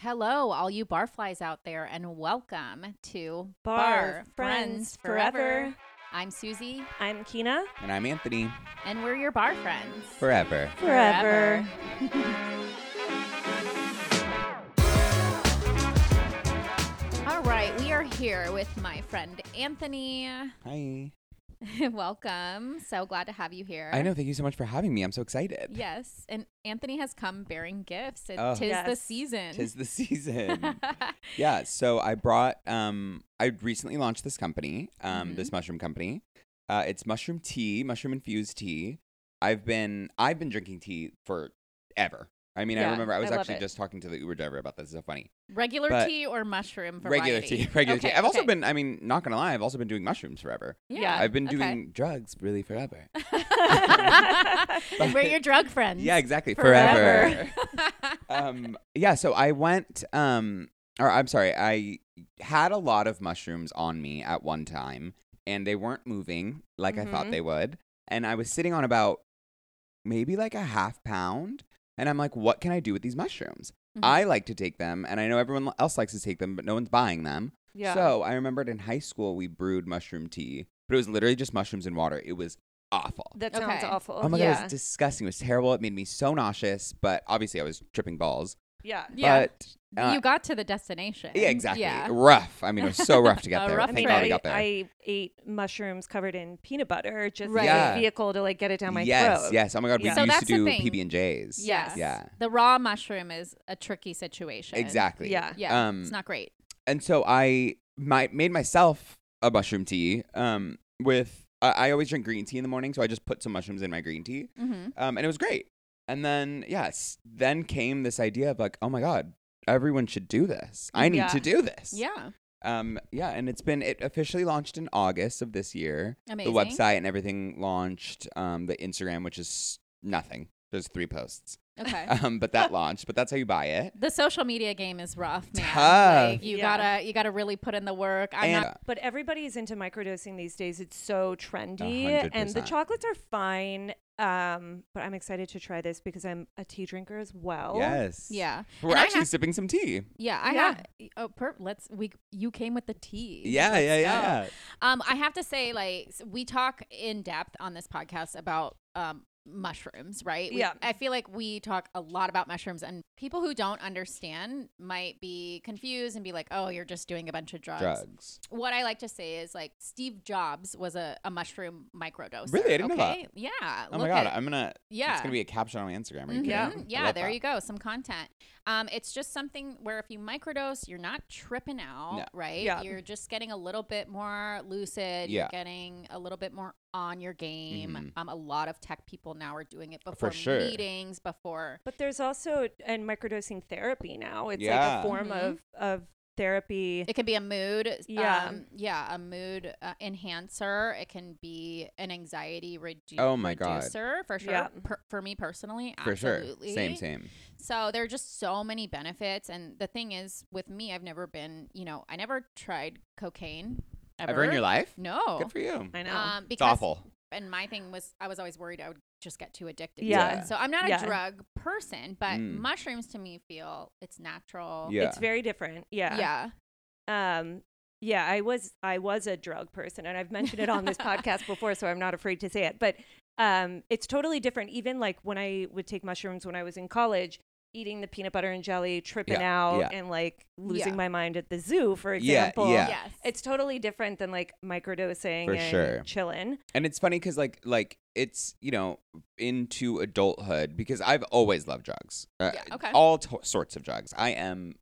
Hello, all you barflies out there, and welcome to Bar Friends Forever. I'm Susie, I'm Kina. And I'm Anthony. and we're your bar friends Forever. Forever. all right, we are here with my friend Anthony. Hi. welcome. So glad to have you here. I know. Thank you so much for having me. I'm so excited. Yes, and Anthony has come bearing gifts. It, Oh. Tis the Yes. season. Tis the season. yeah. So I brought, um, I recently launched this company, um, Mhm. this mushroom company. Uh, it's mushroom tea, mushroom infused tea. I've been, I've been drinking tea for ever. I mean, Yeah, I remember I was I love actually it. just talking to the Uber driver about this. It's so funny. Regular But- tea or mushroom variety? Regular tea, regular tea. Okay, I've also okay. Uh, been, I mean, not gonna lie, I've also been doing mushrooms forever. Yeah, I've been okay. doing drugs really forever. and we're your drug friends. yeah, exactly, Forever. forever. um yeah so i went um or i'm sorry i had a lot of mushrooms on me at one time and they weren't moving like i thought Mhm. they would and i was sitting on about maybe like a half pound and i'm like what can i do with these mushrooms Mhm. i like to take them and i know everyone else likes to take them but no one's buying them so i remembered in high school we brewed mushroom tea but it was literally just mushrooms and water it was awful that sounds Okay. awful. Oh my god, it yeah. was disgusting. It was terrible. It made me so nauseous, but obviously I was tripping balls. yeah. Yeah. But uh, you got to the destination. yeah, exactly. Yeah. Rough. I mean, it was so rough to get A there. rough I Thank mean, God we I, got there. I ate mushrooms covered in peanut butter just Right. as Yeah. a vehicle to like get it down my yes, throat. yes. Oh my god, we Yeah. So used that's to the do thing. PB and J's. Yes. Yeah. The raw mushroom is a tricky situation. Exactly. Yeah. Yeah. Um, it's not great. and so I my, made myself a mushroom tea. Um, with I I always drink green tea in the morning, so I just put some mushrooms in my green tea. Mm-hmm. Um, and it was great. And then yes, then came this idea of like, oh my god, everyone should do this. I need Yeah. to do this. Yeah. Um, yeah, and it's been it officially launched in August of this year. Amazing. The website and everything launched. Um, the Instagram, which is nothing. There's three posts. Okay. Um, but that launched. But that's how you buy it. the social media game is rough, man. Tough. Like, you Yeah. gotta you gotta really put in the work. I'm and not But everybody is into microdosing these days. It's so trendy. A hundred And the percent. chocolates are fine. Um, but I'm excited to try this because I'm a tea drinker as well. yes, yeah. we're And I actually have- sipping some tea. Yeah, I Yeah. have oh per let's we you came with the tea. Yeah, yeah, yeah, yeah. Um, I have to say, like, s- we talk in depth on this podcast about um, mushrooms, right? We- Yeah. I feel like we talk a lot about mushrooms, and people who don't understand might be confused and be like, oh, you're just doing a bunch of drugs. Drugs. What I like to say is, like, Steve Jobs was a, a mushroom microdose. Really? I didn't know that. okay? Yeah. Oh my look god, at- I'm gonna. yeah. it's gonna be a caption on my Instagram. Are you Mhm. kidding? Yeah, I love there that. you go. Some content. Um, it's just something where if you microdose, you're not tripping out, No. right? Yeah. You're just getting a little bit more lucid. You're Yeah. getting a little bit more on your game. Mhm. Um, a lot of tech people now are doing it before sure. meetings, before. But there's also and microdosing therapy now. It's like Yeah. a form Mhm. of of therapy. It can be a mood, Yeah. um, yeah, a mood uh, enhancer. It can be an anxiety redu- Oh my God. reducer for sure. Yeah. Per- for me personally, For absolutely. sure. Same, same. So there are just so many benefits. And the thing is, with me, I've never been, you know, I never tried cocaine ever, Ever in your life? No. Good for you. I know. Um, It's because awful. and my thing was I was always worried I would just get too addicted. Yeah. To it. So I'm not a Yeah. drug person, but Mm. mushrooms to me feel it's natural. Yeah. It's very different. Yeah. um yeah i was i was a drug person and i've mentioned it on this podcast before so i'm not afraid to say it but um it's totally different even like when i would take mushrooms when i was in college eating the peanut butter and jelly tripping Yeah, out yeah. and like losing Yeah. my mind at the zoo for Yeah, example yeah. Yes. it's totally different than like microdosing For and sure. chilling And it's funny because like like it's you know into adulthood because I've always loved drugs, uh, Yeah, okay. all to- sorts of drugs. I am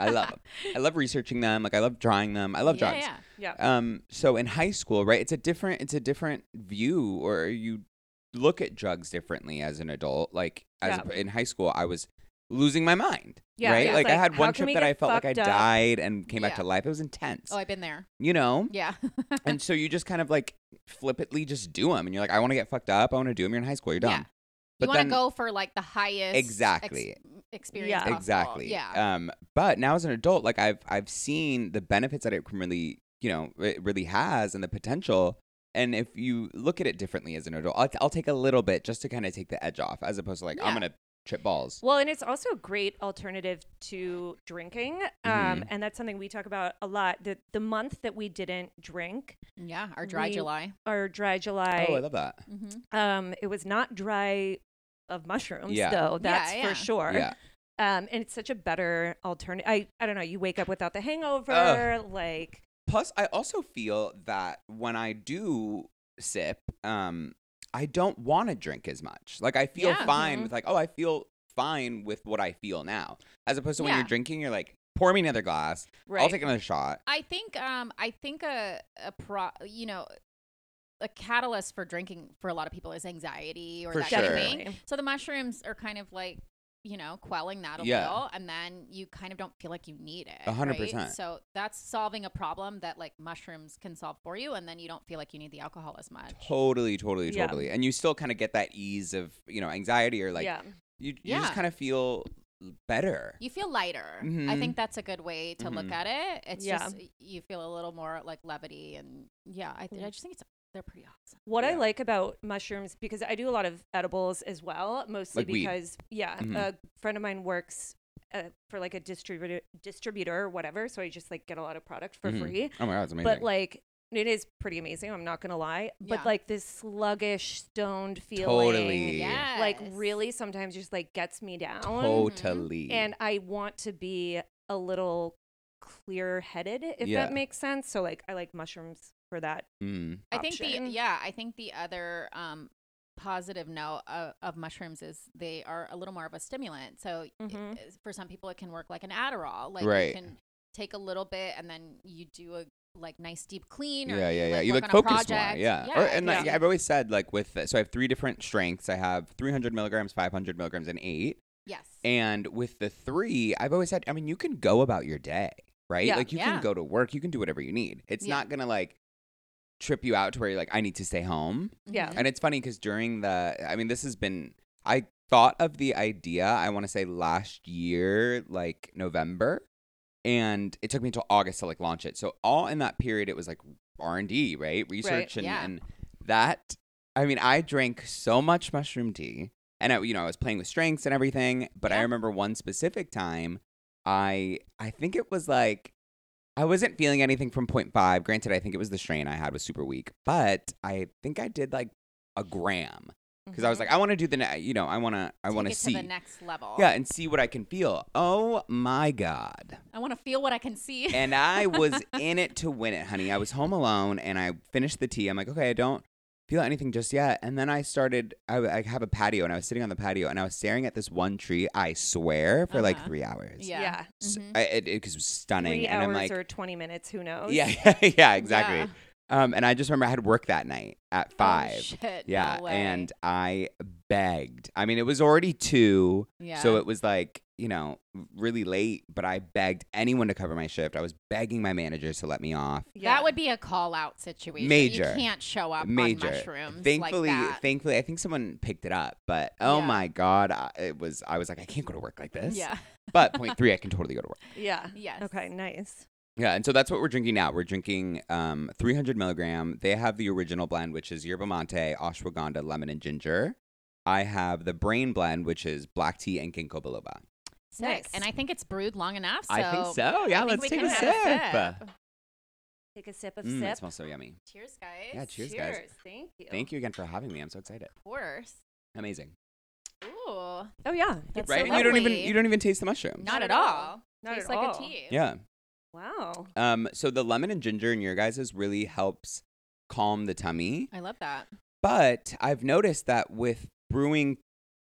I love 'em. I love researching them, like I love trying them. I love yeah, drugs. yeah. yeah Um, so in high school, right, it's a different it's a different view, or you look at drugs differently as an adult. Like as Yeah. in high school, I was losing my mind, Yeah, right? it's Like, I like, had how one can trip we that get I felt like I fucked up? died and came Yeah. back to life. It was intense, Oh, I've been there. you know Yeah. and so you just kind of like flippantly just do them and you're like i want to get fucked up i want to do them you're in high school you're dumb Yeah. you but want to then- go for like the highest ex- Exactly. experience. Yeah. possible. exactly Yeah. um but now as an adult like i've i've seen the benefits that it can really you know it really has and the potential and if you look at it differently as an adult i'll, I'll take a little bit just to kind of take the edge off as opposed to like i'm Yeah. gonna chip balls. Well, and it's also a great alternative to drinking. Um, Mhm. and that's something we talk about a lot. The, the month that we didn't drink, Yeah, our dry We- July. our dry July, oh, I love that. Mm-hmm. um, it was not dry of mushrooms, Yeah. though. That's yeah. for sure. Yeah. Um, and it's such a better alternative. I, I don't know. You wake up without the hangover. Like, Plus, I also feel that when I do sip, um, I don't want to drink as much. Like I feel Yeah. Mm-hmm. fine Mhm. with like, oh, I feel fine with what I feel now, as opposed to when Yeah. you're drinking, you're like, pour me another glass. right. I'll take another shot. I think um I think a a pro you know a catalyst for drinking for a lot of people is anxiety or For that sure. kind of thing. Definitely. So the mushrooms are kind of like you know quelling that a Yeah. little, and then you kind of don't feel like you need it. A hundred right? percent. So that's solving a problem that like mushrooms can solve for you, and then you don't feel like you need the alcohol as much. Totally, totally, Yeah. totally. And you still kind of get that ease of you know anxiety or like yeah. you, you Yeah. just kind of feel better. You feel lighter. I Mhm. think that's a good way to look Mhm. at it. It's Yeah. just you feel a little more like levity, and yeah, I, th- I Mm. just think it's they're pretty awesome. What I Yeah. like about mushrooms because I do a lot of edibles as well, mostly Like weed. because yeah, Mhm. a friend of mine works uh, for like a distributor, distributor or whatever, so I just like get a lot of product for Mhm. free. Oh my god, it's amazing. But like it is pretty amazing. I'm not gonna lie. Yeah. But like this sluggish, stoned feeling, totally, Yeah, like really sometimes just like gets me down, mm-hmm. totally. and I want to be a little clear-headed, if Yeah. that makes sense. So like I like mushrooms for that. Mm. I think the option. yeah, I think the other um positive note of, of mushrooms is they are a little more of a stimulant. So i- Mhm. is- for some people it can work like an Adderall. Like Mm-hmm. Right. you can take a little bit and then you do a like nice deep clean or yeah, yeah, yeah. You work like on a focus more. project. Yeah. Yeah, Or- and like, yeah. I've always said, like, with so I have three different strengths. I have 300 milligrams, 500 milligrams, and eight. yes. And with the three, I've always said, I mean, you can go about your day, right? Yeah. Like, you Yeah. can go to work, you can do whatever you need. It's Yeah. not gonna like trip you out to where you're like, I need to stay home. yeah. Mhm. And it's funny because during the, I mean, this has been, I thought of the idea, I want to say last year, like November. And it took me until August to like launch it. So all in that period, it was like R and D, right? Research and, yeah. and that. I mean, I drank so much mushroom tea, and I, you know, I was playing with strengths and everything. But I Yeah. remember one specific time, I, I think it was like I wasn't feeling anything from 0.5. Granted, I think it was the strain I had was super weak, but I think I did like a gram because I mm-hmm. was like, I want to do the, ne- you know, I want to, I Mm-hmm. Take want to it see, to the next level. yeah, and see what I can feel. Oh my god! I want to feel what I can see. And I was in it to win it, honey. I was home alone and I finished the tea. I'm like, okay, I don't feel anything just yet. And then I started. I, I have a patio and I was sitting on the patio and I was staring at this one tree. I swear for like Uh-huh. three hours. yeah. Yeah. S- Mhm. I, it, it, 'cause it was stunning. Three and hours I'm like, or twenty minutes, who knows? Yeah, yeah, exactly. Um, and I just remember I had work that night at Five. five. Oh, shit. no yeah, way. and I begged. I mean, it was already two, yeah. so it was like you know really late. But I begged anyone to cover my shift. I was begging my managers to let me off. That would be a call out situation. Major. You can't show up Major. on mushrooms. thankfully, like that. thankfully, I think someone picked it up. But oh Yeah. my god, I, it was. I was like, I can't go to work like this. Yeah. But point three, I can totally go to work. Yeah. Yes. Okay, nice. Yeah, and so that's what we're drinking now. We're drinking um, 300 milligram. They have the original blend, which is yerba mate, ashwagandha, lemon, and ginger. I have the brain blend, which is black tea and ginkgo biloba. Sick. Nice. And I think it's brewed long enough. So I think so. Yeah, I think let's we take can a have sip. a Take a sip of Mm, it sip. smells so yummy. Cheers, guys. Yeah, cheers, guys. Thank you. Thank you again for having me. I'm so excited. Of course. Amazing, Ooh. Oh yeah, that's right? So and you don't even lovely. you don't even taste the mushrooms. Not, at all. Not Tastes at like all. a tea. Yeah. Wow. Um. So the lemon and ginger in your guys's really helps calm the tummy. I love that. But I've noticed that with brewing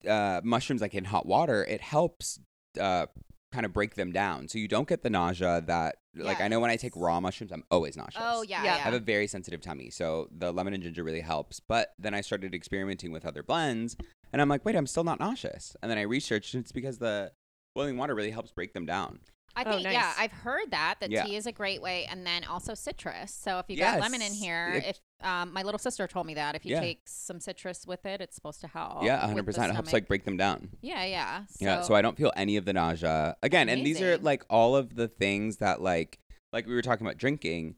uh, mushrooms like in hot water, it helps uh, kind of break them down. So you don't get the nausea that, like, I know when I take Yes. raw mushrooms, I'm always nauseous. Oh, yeah. Yeah. yeah. I have a very sensitive tummy. So the lemon and ginger really helps. But then I started experimenting with other blends and I'm like, wait, I'm still not nauseous. And then I researched and it's because the boiling water really helps break them down. I Oh, think, yeah, nice. I've heard that, that Yeah. tea is a great way. And then also citrus. So if you got lemon in Yes. here, It- if um, my little sister told me that if you Yeah. take some citrus with it, it's supposed to help. yeah, Oh, with the 100%. It helps, stomach. like, break them down. Yeah, yeah. So, Yeah, so I don't feel any of the nausea. Again, and these are Amazing. like all of the things that like like we were talking about drinking.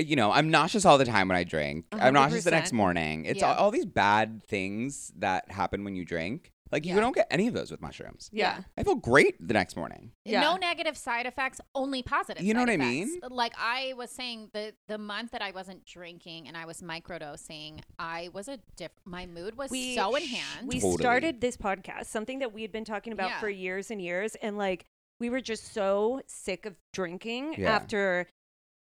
Uh, You know, I'm nauseous all the time when I drink. i am nauseous the next 100%. morning. It's Yeah. all, all these bad things that happen when you drink. Like Yeah. you don't get any of those with mushrooms. Yeah. I feel great the next morning. Yeah. No negative side effects, only positive. You know side what I effects. mean? Like I was saying, the the month that I wasn't drinking and I was microdosing, I was a diff. My mood was We- so enhanced. We Totally. started this podcast, something that we had been talking about Yeah. for years and years. And like, we were just so sick of drinking Yeah. after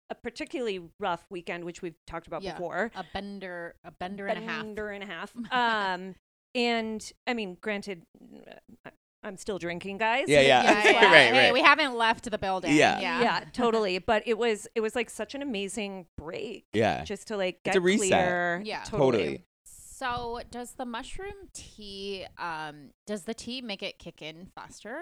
a particularly rough weekend, which we've talked about Yeah. before. a bender, a bender, and a half. Bender and a half. um, and I mean, granted, I- I'm still drinking, guys. Yeah, yeah. Yeah, yeah. Right, Hey, right. we haven't left the building. Yeah. yeah. yeah, totally. But it was it was like such an amazing break, Yeah. just to like It's get a reset. clear. Yeah. Totally. So, does the mushroom tea, um, does the tea make it kick in faster?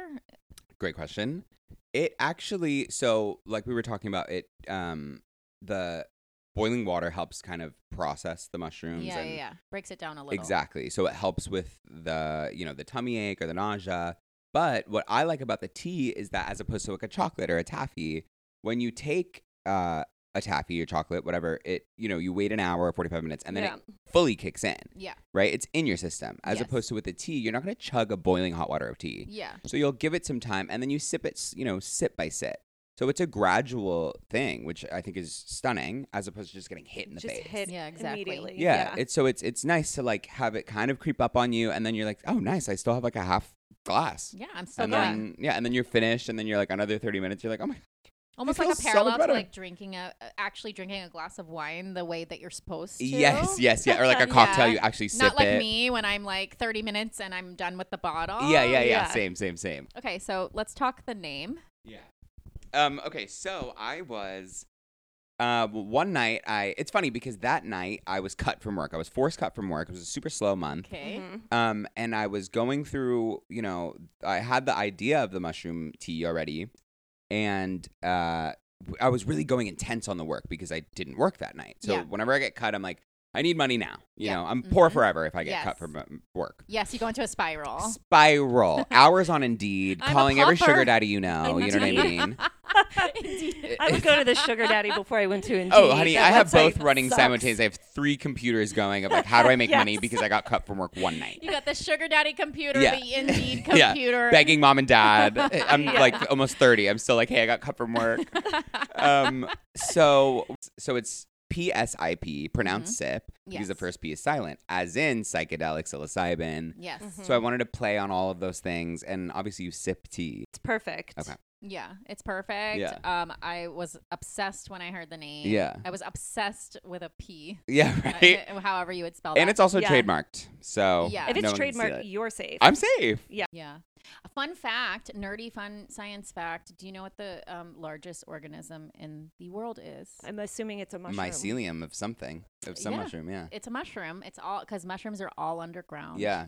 Great question. It actually so like we were talking about it um the boiling water helps kind of process the mushrooms Yeah, and yeah, yeah. Breaks it down a little. Exactly. So it helps with the, you know, the tummy ache or the nausea. But what I like about the tea is that as opposed to like a chocolate or a taffy, when you take uh, a taffy or chocolate, whatever, it, you know, you wait an hour or 45 minutes and then yeah. it fully kicks in, Yeah, right? It's in your system. As Yes. opposed to with the tea, you're not going to chug a boiling hot water of tea. yeah. So you'll give it some time and then you sip it, s- you know, sip by sip. So it's a gradual thing, which I think is stunning, as opposed to just getting hit in the just face. hit Yeah, exactly. immediately. Yeah, It's so it's it's nice to like have it kind of creep up on you, and then you're like, oh, nice. I still have like a half glass. Yeah, I'm still And going. then yeah, and then you're finished, and then you're like another thirty minutes. You're like, oh my, Almost I like a feel so parallel to better. like drinking a uh, actually drinking a glass of wine the way that you're supposed to. yes, yes, yeah, or like a cocktail. Yeah. You actually sip Not like it. me when I'm like 30 minutes and I'm done with the bottle. Yeah, yeah, yeah, Yeah. Same, same, same. Okay, so let's talk the name. Yeah. Um. Okay. So I was. Uh, one night I it's funny because that night I was cut from work. I was forced cut from work. It was a super slow month. Okay. Mhm. Um, and I was going through, you know, I had the idea of the mushroom tea already, and uh, w- I was really going intense on the work because I didn't work that night. So Yeah. whenever I get cut, I'm like, I need money now. You Yeah. know, I'm poor Mhm. forever if I get Yes. cut from um, work. Yes, you go into a spiral. Spiral hours on Indeed, I'm a calling every pauper. sugar daddy you know. You know what I Indeed. mean? Indeed. I would go to the sugar daddy before I went to Indeed. Oh, honey, That I have website both running sucks. simultaneously. I have three computers going of like, how do I make money Yes. because I got cut from work one night. You got the sugar daddy computer, Yeah. the Indeed Yeah. computer. begging mom and dad. Eh, I'm Yeah. like almost 30. I'm still like, hey, I got cut from work. um, so so it's P S I P, pronounced SIP, because Mm-hmm. the Yes. first P is silent, as in psychedelic psilocybin. Yes. Mm-hmm. Mhm. So I wanted to play on all of those things, and obviously you sip tea. It's perfect. Okay. Yeah, it's perfect. Yeah. Um, I was obsessed when I heard the name. Yeah. I was obsessed with a P, Yeah, uh, right. however you would spell that. and it's also Yeah. trademarked, so Yeah. If it's no one can see trademark, that. you're safe. I'm safe. Yeah. A fun fact, nerdy fun science fact. Do you know what the um, largest organism in the world is? I'm assuming it's a mushroom. Mycelium of something, of some Yeah. mushroom. Yeah, It's a mushroom. It's all because mushrooms are all underground. yeah,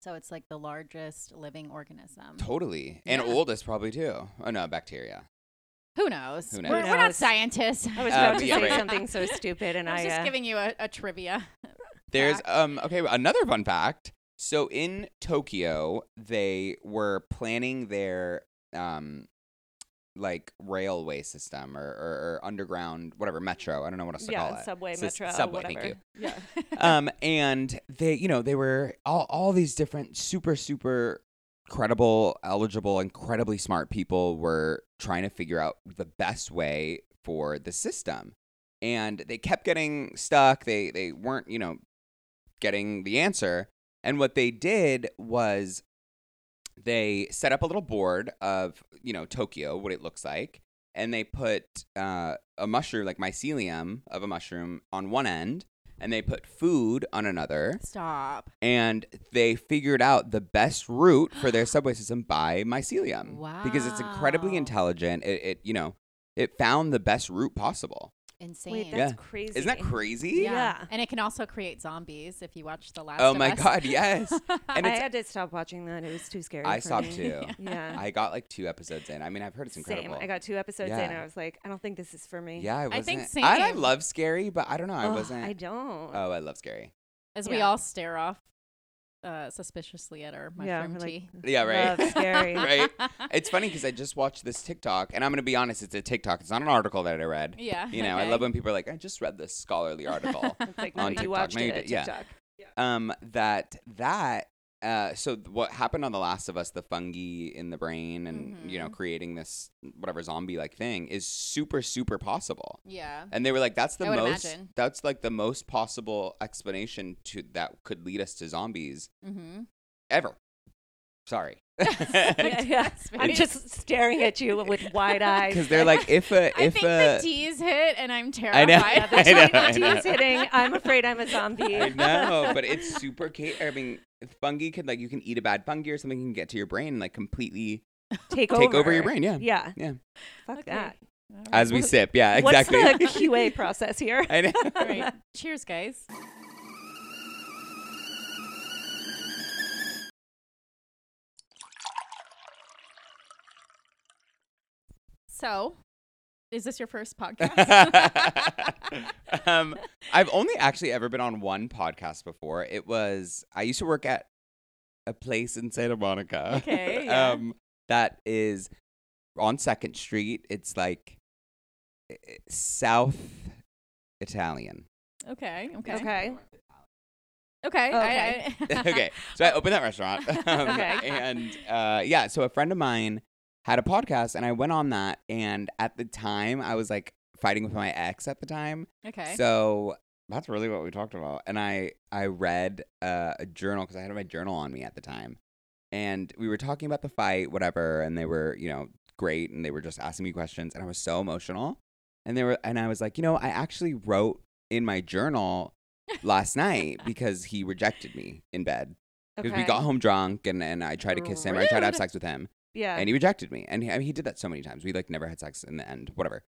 So it's like the largest living organism. totally, and Yeah. oldest probably too. Oh no, bacteria. Who knows? Who knows? We're, we're not Knows. scientists. I was Uh, about to yeah, say right. something so stupid, and I was I, just uh, giving you a, a trivia. There's fact. um okay another fun fact. So in Tokyo, they were planning their um like railway system or, or, or underground whatever metro. I don't know what else to call yeah, it. subway, Sus- metro, subway, thank whatever. you. Yeah. um and they you know they were all all these different super super credible, eligible, incredibly smart people were trying to figure out the best way for the system. And they kept getting stuck. They they weren't, you know, getting the answer. And what they did was they set up a little board of, you know, Tokyo, what it looks like, and they put uh, a mushroom, like mycelium of a mushroom on one end, and they put food on another Stop. and they figured out the best route for their subway system by mycelium because it's incredibly Wow. intelligent it, it you know it found the best route possible Insane. Wait, Yeah. that's crazy. isn't that crazy yeah. Yeah. And it can also create zombies if you watch The Last oh of my Us. god yes and I it's had to stop watching that. It was too scary. i for stopped me. too Yeah. i got like two episodes in i mean i've heard it's Same. incredible I got two episodes in, Yeah. and I was like, I don't think this is for me. yeah i wasn't think I, I same. love scary but i don't know i Ugh, wasn't I don't. oh i love scary As we Yeah. all stare off uh, suspiciously at our yeah. mushroom we're like, tea. yeah right Love scary. right it's funny because i just watched this tiktok and i'm gonna be honest it's a tiktok it's not an article that i read Yeah. you know i okay. love when people are like i just read this scholarly article It's like, On no, you TikTok, watched no, you it. did- yeah. TikTok. um, that that uh, so th- what happened on The Last of Us, the fungi in the brain and, you know, Mhm. creating this whatever zombie like thing is super, super possible. Yeah. And they were like, that's the I would most, imagine. that's like the most possible explanation to that could lead us to zombies Mm-hmm. ever. Sorry. Yeah, yeah. I'm just staring at you with wide eyes. Because they're like, if a, I if think a, uh, the T's hit, and I'm I terrified. know, Yeah, I the tea, know, I the tea know. is hitting. I'm afraid I'm a zombie. I know, but it's super. Ca- I mean, fungi could like you can eat a bad fungi or something can get to your brain and like completely Take take over your brain. Yeah. Yeah. Yeah. Fuck Okay. that. All right. As we sip. Yeah. Exactly. What's the QA process here? I know. All right. Cheers, guys. So, is this your first podcast? um, I've only actually ever been on one podcast before. It was I used to work at a place in Santa Monica. Okay, yeah. um, that is on Second Street. It's like eh, eh, South Italian. okay. Okay. Okay. Okay. I- I- okay. So I opened that restaurant. Um, Okay. And uh, yeah, so a friend of mine had a podcast and I went on that. And at the time, I was like fighting with my ex at the time. okay. So that's really what we talked about. And I, I read uh, a journal because I had my journal on me at the time. And we were talking about the fight, whatever. And they were, you know, great. And they were just asking me questions. And I was so emotional. And they were, and I was like, you know, I actually wrote in my journal last night because he rejected me in bed because we Okay. got home drunk and, and I tried to kiss him or I tried to have Rude. sex with him Yeah. and he rejected me and he, I mean, he did that so many times we like never had sex in the end whatever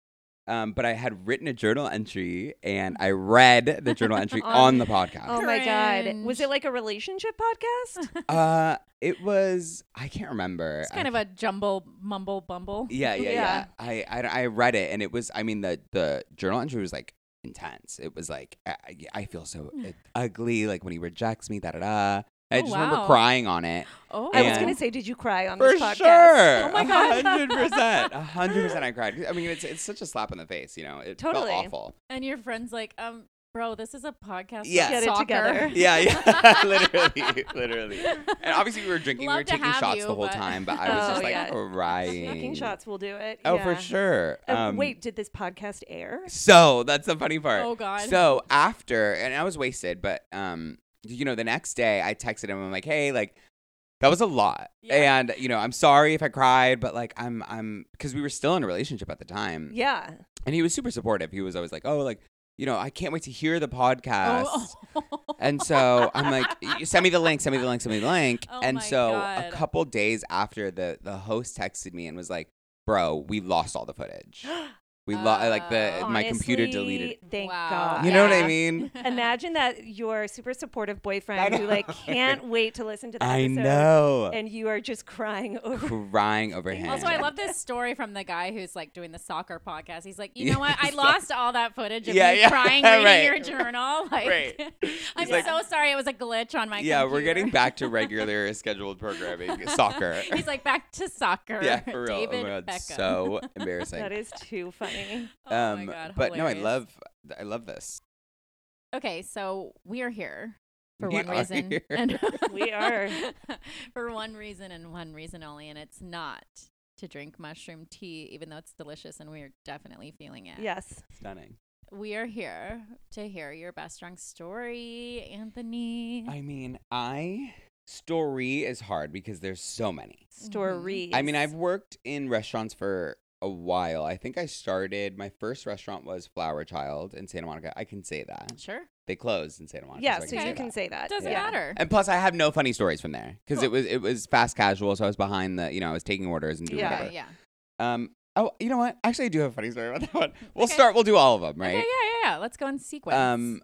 um, but I had written a journal entry and I read the journal entry on the podcast Oh my god. Was Cringe. it like a relationship podcast? uh, it was I can't remember it's kind I, of a jumble, mumble, bumble. yeah yeah yeah, Yeah. I, I I read it and it was I mean the the journal entry was like intense it was like I, I- I feel so ugly like when he rejects me da da da I Oh, just remember wow. crying on it Oh, I was And- gonna say, did you cry on For this podcast? sure. Oh my god. hundred percent, hundred percent. I cried. I mean, it's it's such a slap in the face. You know, it Totally. felt awful. and your friend's like, um, bro, this is a podcast. Yeah. about Get it soccer. together. Yeah, yeah, literally, literally. And obviously, we were drinking, we Love were to taking have shots you, the whole but- time, but I was Oh, just like yeah. crying. Fucking shots will do it. Oh, Yeah. for sure. Uh, Um, wait, did this podcast air? So that's the funny part. Oh, God. So after, and I was wasted, but um, you know, the next day I texted him. I'm like, hey, like. That was a lot, Yeah. and you know, I'm sorry if I cried, but like, I'm, I'm, because we were still in a relationship at the time, Yeah. and he was super supportive. He was always like, "Oh, like you know, I can't wait to hear the podcast." oh. And so I'm like, "You "Send me the link. Send me the link. Send me the link." Oh and my so a God. couple days after the the host texted me and was like, "Bro, we lost all the footage. We lost like the Oh. my computer Honestly, deleted." Thank Wow. God. You know what I Yeah. mean? Imagine that your super supportive boyfriend I who like know. can't wait to listen to the I episode know. and you are just crying over Crying over him. Also, I love this story from the guy who's like doing the soccer podcast. He's like, you know what? I Yes. lost all that footage of Yeah, you yeah. crying reading Right. your journal. Like, Right. I'm He's like- so sorry. It was a glitch on my. Yeah, we're computer. getting back to regular scheduled programming. Soccer. He's like back to soccer. yeah, for real. David oh my god, Beckham. so embarrassing. Um, That is too funny. oh my god. but no, I hilarious. love, I love this. Okay, so we are here for We one are reason. here. And We are. for one reason and one reason only, and it's not to drink mushroom tea, even though it's delicious and we are definitely feeling it. Yes. Stunning. We are here to hear your best drunk story, Anthony. I mean, I story is hard because there's so many. Stories. Mm-hmm. I mean, I've worked in restaurants for a while. I think I started my first restaurant was Flower Child in Santa Monica. I can say that. sure. They closed in Santa Monica. Yeah, I so say you that. can say that. Doesn't yeah. matter. And plus I have no funny stories from there cuz it was it was fast casual, so I was behind the, you know, I was taking orders and doing Yeah. Okay, whatever. yeah. Um Oh, you know what? Actually, I do have a funny story about that one. We'll Okay. start. We'll do all of them, right? Okay, yeah, yeah, yeah. Let's go in sequence. Um,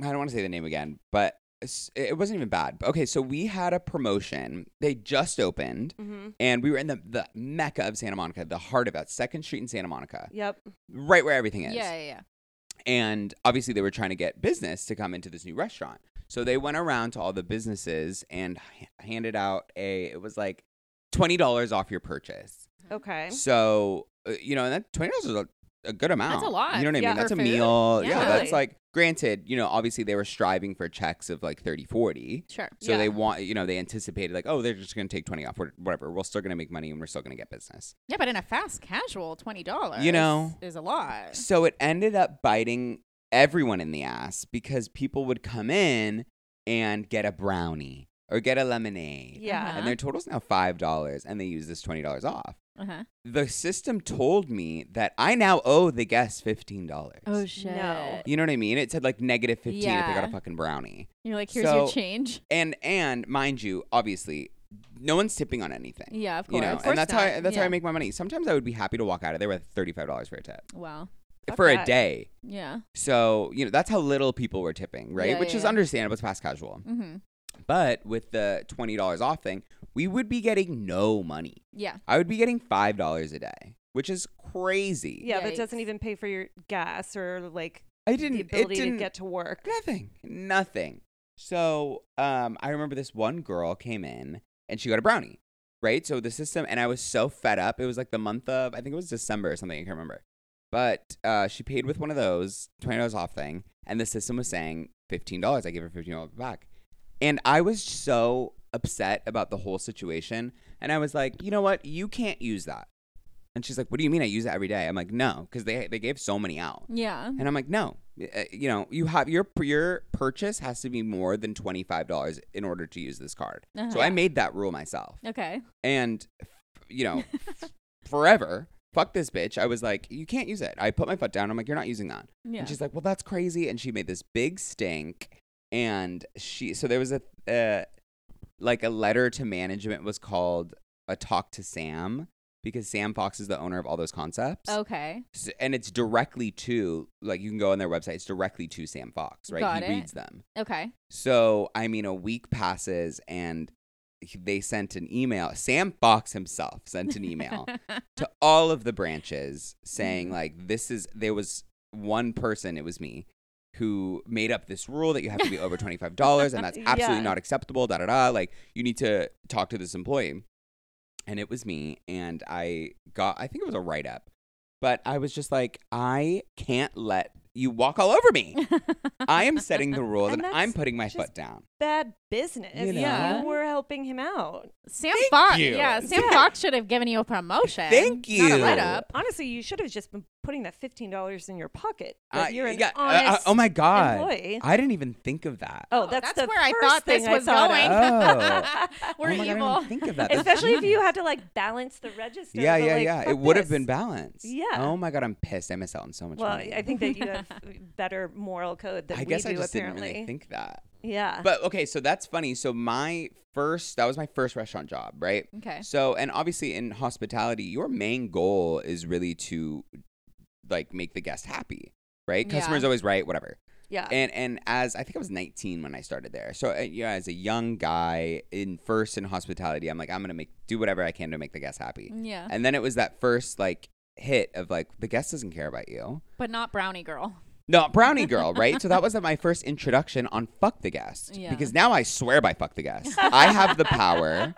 I don't want to say the name again, but it's- it wasn't even bad. Okay, so we had a promotion. They just opened, Mm-hmm. and we were in the, the mecca of Santa Monica, the heart of it, Second Street in Santa Monica, Yep. right where everything yeah, is. yeah, yeah. And obviously, they were trying to get business to come into this new restaurant. So they went around to all the businesses and h- handed out a. It was like twenty dollars off your purchase. Okay. So uh, you know, and that twenty dollars is a a good amount. lot. You know what I Yeah, mean? That's for a food. meal. Yeah, Yeah. that's Totally. like, granted, you know, obviously they were striving for checks of like 30, 40. Sure. So Yeah. they want, you know, they anticipated like, oh, they're just going to take 20 off or whatever. We're still going to make money and we're still going to get business. Yeah, but in a fast casual, twenty dollars, You know. is a lot. So it ended up biting everyone in the ass because people would come in and get a brownie or get a lemonade. Yeah. And their total's now $5 and they use this $20 off. Uh-huh. The system told me that I now owe the guest $15. Oh shit! No. You know what I mean? It said like negative 15 if they got Yeah. a fucking brownie. You're like, here's your So- change. And and mind you, obviously, no one's tipping on anything. Yeah, of course. You know, Of course and that's how I, not. that's how Yeah. I make my money. Sometimes I would be happy to walk out of there with thirty-five dollars for a tip Wow. Fuck for that. a day. Yeah. So, you know, that's how little people were tipping, right? Yeah, Which yeah, is yeah. understandable. It's past casual. Mm-hmm. But with the $20 off thing, we would be getting no money. Yeah. I would be getting $5 a day, which is crazy. Yeah, that doesn't Yikes. even pay for your gas or like I the didn't, it ability didn't to get to work. nothing, nothing. So, um, I remember this one girl came in and she got a brownie, right? So the system, and I was so fed up. It was like the month of, I think it was December or something. I can't remember. But uh, she paid with one of those $20 off thing, and the system was saying $15. I gave her $15 back. And I was so upset about the whole situation. And I was like, you know what? You can't use that. And she's like, what do you mean I use that every day? I'm like, no, because they, they gave so many out. Yeah. And I'm like, no, Uh, you know, you have your your purchase has to be more than twenty five dollars in order to use this card. Uh-huh. So I made that rule myself, Okay. and you know, forever. Fuck this bitch. I was like, you can't use it. I put my foot down. I'm like, you're not using that. Yeah. And she's like, well, that's crazy. And she made this big stink. And she, so there was a, uh, like a letter to management was called a talk to Sam because Sam Fox is the owner of all those concepts. okay. S- and it's directly to like you can go on their website it's directly to sam fox right Got he it. reads them Okay. so i mean a week passes and he- they sent an email sam fox himself sent an email to all of the branches saying Mhm. Mm-hmm. like this is there was one person it was me who made up this rule that you have to be over $25 and that's absolutely Yeah. not acceptable da da da like you need to talk to this employee and it was me and i got i think it was a write up but i was just like i can't let you walk all over me i am setting the rules And and, i'm that's putting my just- foot down Bad business. You know? Yeah. You were helping him out. Sam Thank Fox. you. Yeah. Sam Yeah. Fox should have given you a promotion. Thank Not you. a write up. Honestly, you should have just been putting that fifteen dollars in your pocket. Uh, But you're an yeah, uh, uh, honest oh my god employee. i didn't even think of that Oh, that's, that's the where I first thought this thing I was thought going. of. Oh. We're oh my God, I didn't evil. even think of that That's Especially if you genius. had to like balance the register. yeah, but, yeah, like, yeah. fuck It would have this. been balanced. Yeah. Oh my god, I'm pissed. I miss out on so much Well, money. I think that you have better moral code than I guess we I do. just apparently, Uh. didn't really think that. yeah. But okay, so that's funny. So my first, that was my first restaurant job, right? Okay. So, and obviously in hospitality, your main goal is really to like make the guest happy, right? Yeah. Customer's always right, whatever. yeah, And and as I think I was 19 when I started there. So, uh, yeah, as a young guy in first in hospitality, I'm like I'm going to make do whatever I can to make the guest happy. Yeah. And then it was that first like hit of like the guest doesn't care about you. But not Brownie Girl. No, brownie girl, right? so that was my first introduction on fuck the guest Yeah. because now I swear by fuck the guest. I have the power.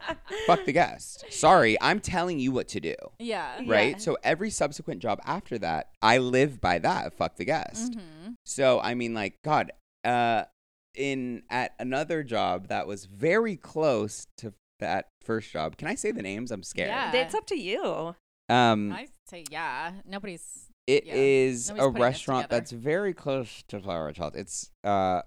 Fuck the guest. Sorry, I'm telling you what to do. Yeah. Right? Yeah. So every subsequent job after that, I live by that, fuck the guest. Mm-hmm. So I mean like god, uh in at another job that was very close to that first job. Can I say the names? I'm scared. Yeah. it's up to you. Um I say yeah. Nobody's. It Yeah. is Nobody's a putting this restaurant together. that's very close to Flower Child. It's uh,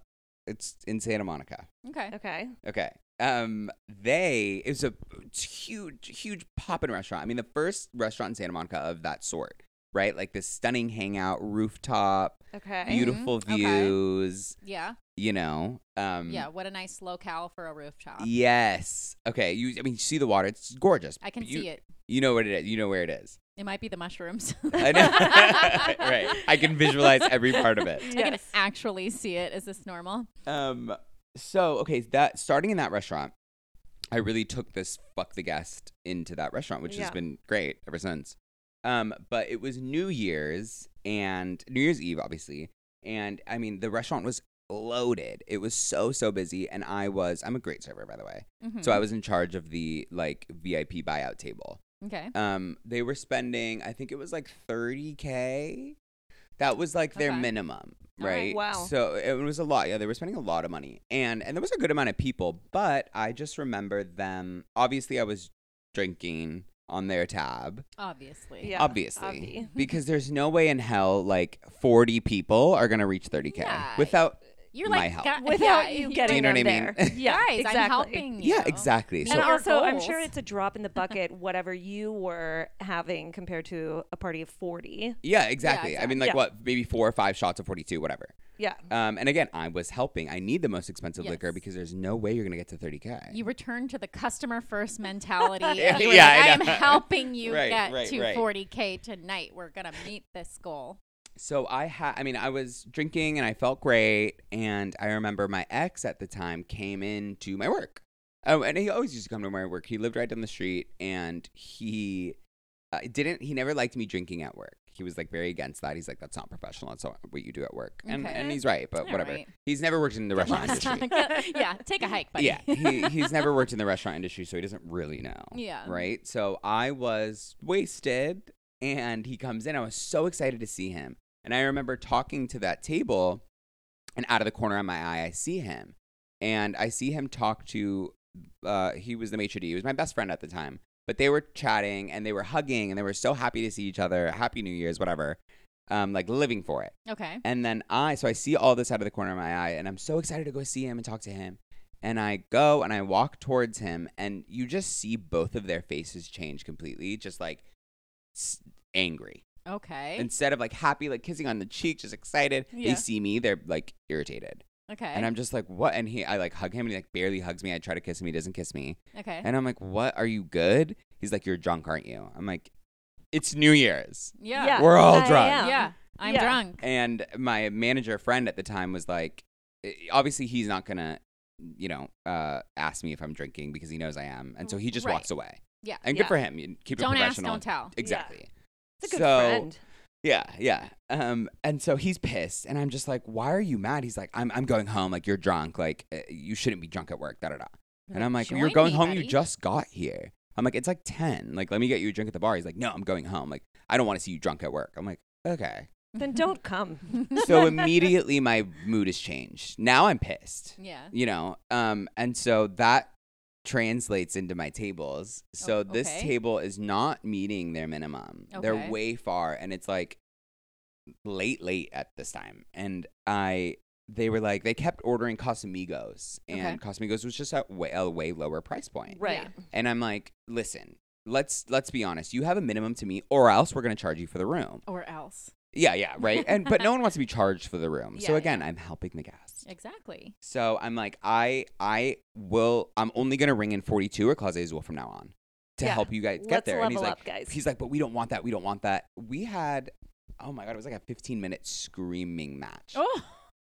it's in Santa Monica. Okay. Okay. Okay. Um, they it was a huge, huge poppin' restaurant. I mean, the first restaurant in Santa Monica of that sort, right? Like this stunning hangout, rooftop, Okay. You- beautiful Okay. views. Yeah. You know. Um, Yeah. What a nice locale for a rooftop. Yes. Okay. You. I mean, you see the water. It's gorgeous. I can you, see it. You know what it is. You know where it is. It might be the mushrooms. I know. right. I can visualize every part of it. I can Yes. actually see it. Is this normal? Um. So okay, that starting in that restaurant, I really took this fuck the guest into that restaurant, which Yeah. has been great ever since. Um. But it was New Year's and New Year's Eve, obviously, and I mean the restaurant was loaded. It was so so busy, and I was I'm a great server by the way, Mhm. so I was in charge of the like VIP buyout table. Okay. Um, they were spending, I think it was like 30K. That was like their Okay. minimum, All right, right? wow. So it was a lot. Yeah, they were spending a lot of money. And and there was a good amount of people, but I just remember them obviously I was drinking on their tab. Obviously. Yeah, obviously. obvi. Because there's no way in hell like 40 people are going to reach 30K Yeah. without You're My like help. "Guy- without yeah, you you're getting you know them what I mean? there. Yeah, Guys, exactly. I'm helping you. Yeah, exactly. And So And So- also, I'm goals. sure it's a drop in the bucket, whatever you were having compared to a party of 40. Yeah, exactly. I mean, like Yeah. what, maybe four or five shots of 42, whatever. Yeah. Um, and again, I was helping. I need the most expensive Yes. liquor because there's no way you're going to get to 30K. You return to the customer first mentality. and Yeah, you were yeah, like, I I, am know." helping you Right, get right, to right. 40K tonight. We're going to meet this goal. so I had, I mean, I was drinking and I felt great. And I remember my ex at the time came into my work. Oh, and he always used to come to my work. He lived right down the street and he uh, didn't, he never liked me drinking at work. He was like very against that. He's like, that's not professional. That's not what you do at work. And, Okay. and he's right, but All whatever. right. He's never worked in the restaurant Let's industry. not- yeah, take a hike, buddy. Yeah, he, he's never worked in the restaurant industry, so he doesn't really know. Yeah. Right? So I was wasted, and he comes in. I was so excited to see him. And I remember talking to that table, and out of the corner of my eye, I see him. And I see him talk to, uh, he was the maitre d', he was my best friend at the time. But they were chatting and they were hugging and they were so happy to see each other. Happy New Year's, whatever. Um, like living for it. Okay. And then I, so I see all this out of the corner of my eye, and I'm so excited to go see him and talk to him. And I go and I walk towards him, and you just see both of their faces change completely, just like s- angry. Okay. Instead of like happy, like kissing on the cheek, just excited, Yeah. they see me, they're like irritated. okay. And I'm just like, what? And he, I like hug him, and he like barely hugs me. I try to kiss him, he doesn't kiss me. okay. And I'm like, what? Are you good? He's like, you're drunk, aren't you? I'm like, it's New Year's. yeah. Yeah. We're all I drunk. am. Yeah. I'm Yeah. drunk. And my manager friend at the time was like, eh, obviously he's not gonna, you know, uh, ask me if I'm drinking because he knows I am, and so he just Right. walks away. Yeah. And Yeah. good for him. You keep Don't it ask, professional. don't tell. Exactly. It's a good So- friend. Yeah, yeah. Um, and so he's pissed, and I'm just like, "Why are you mad?" He's like, "I'm, I'm going home. Like you're drunk. Like uh, you shouldn't be drunk at work." Da da da. And I'm like, Join "You're going me, home. You buddy." just got here." I'm like, "It's like ten. Like let me get you a drink at the bar." He's like, "No, I'm going home. Like I don't want to see you drunk at work." I'm like, "Okay." Then don't come. so immediately my mood has changed. Now I'm pissed, Yeah. you know. Um, and so that translates into my tables. So O- this Oh, okay. table is not meeting their minimum. They're Okay. way far, and it's like late, late at this time. And I, they were like, they kept ordering Casamigos, and Casamigos was just at way, a way lower price point. Right. And I'm like, listen. Let's let's be honest. You have a minimum to meet, or else we're going to charge you for the room. Or else. Yeah, yeah, right. And but no one wants to be charged for the room. so Yeah, again, I'm helping the guest. Exactly. So I'm like, I I will I'm only gonna ring in 42 or Clause Azul from now on to Yeah. help you guys get Let's there. and he's level like up, guys. he's like, but we don't want that, we don't want that. We had oh my god, it was like a 15 minute screaming match Oh.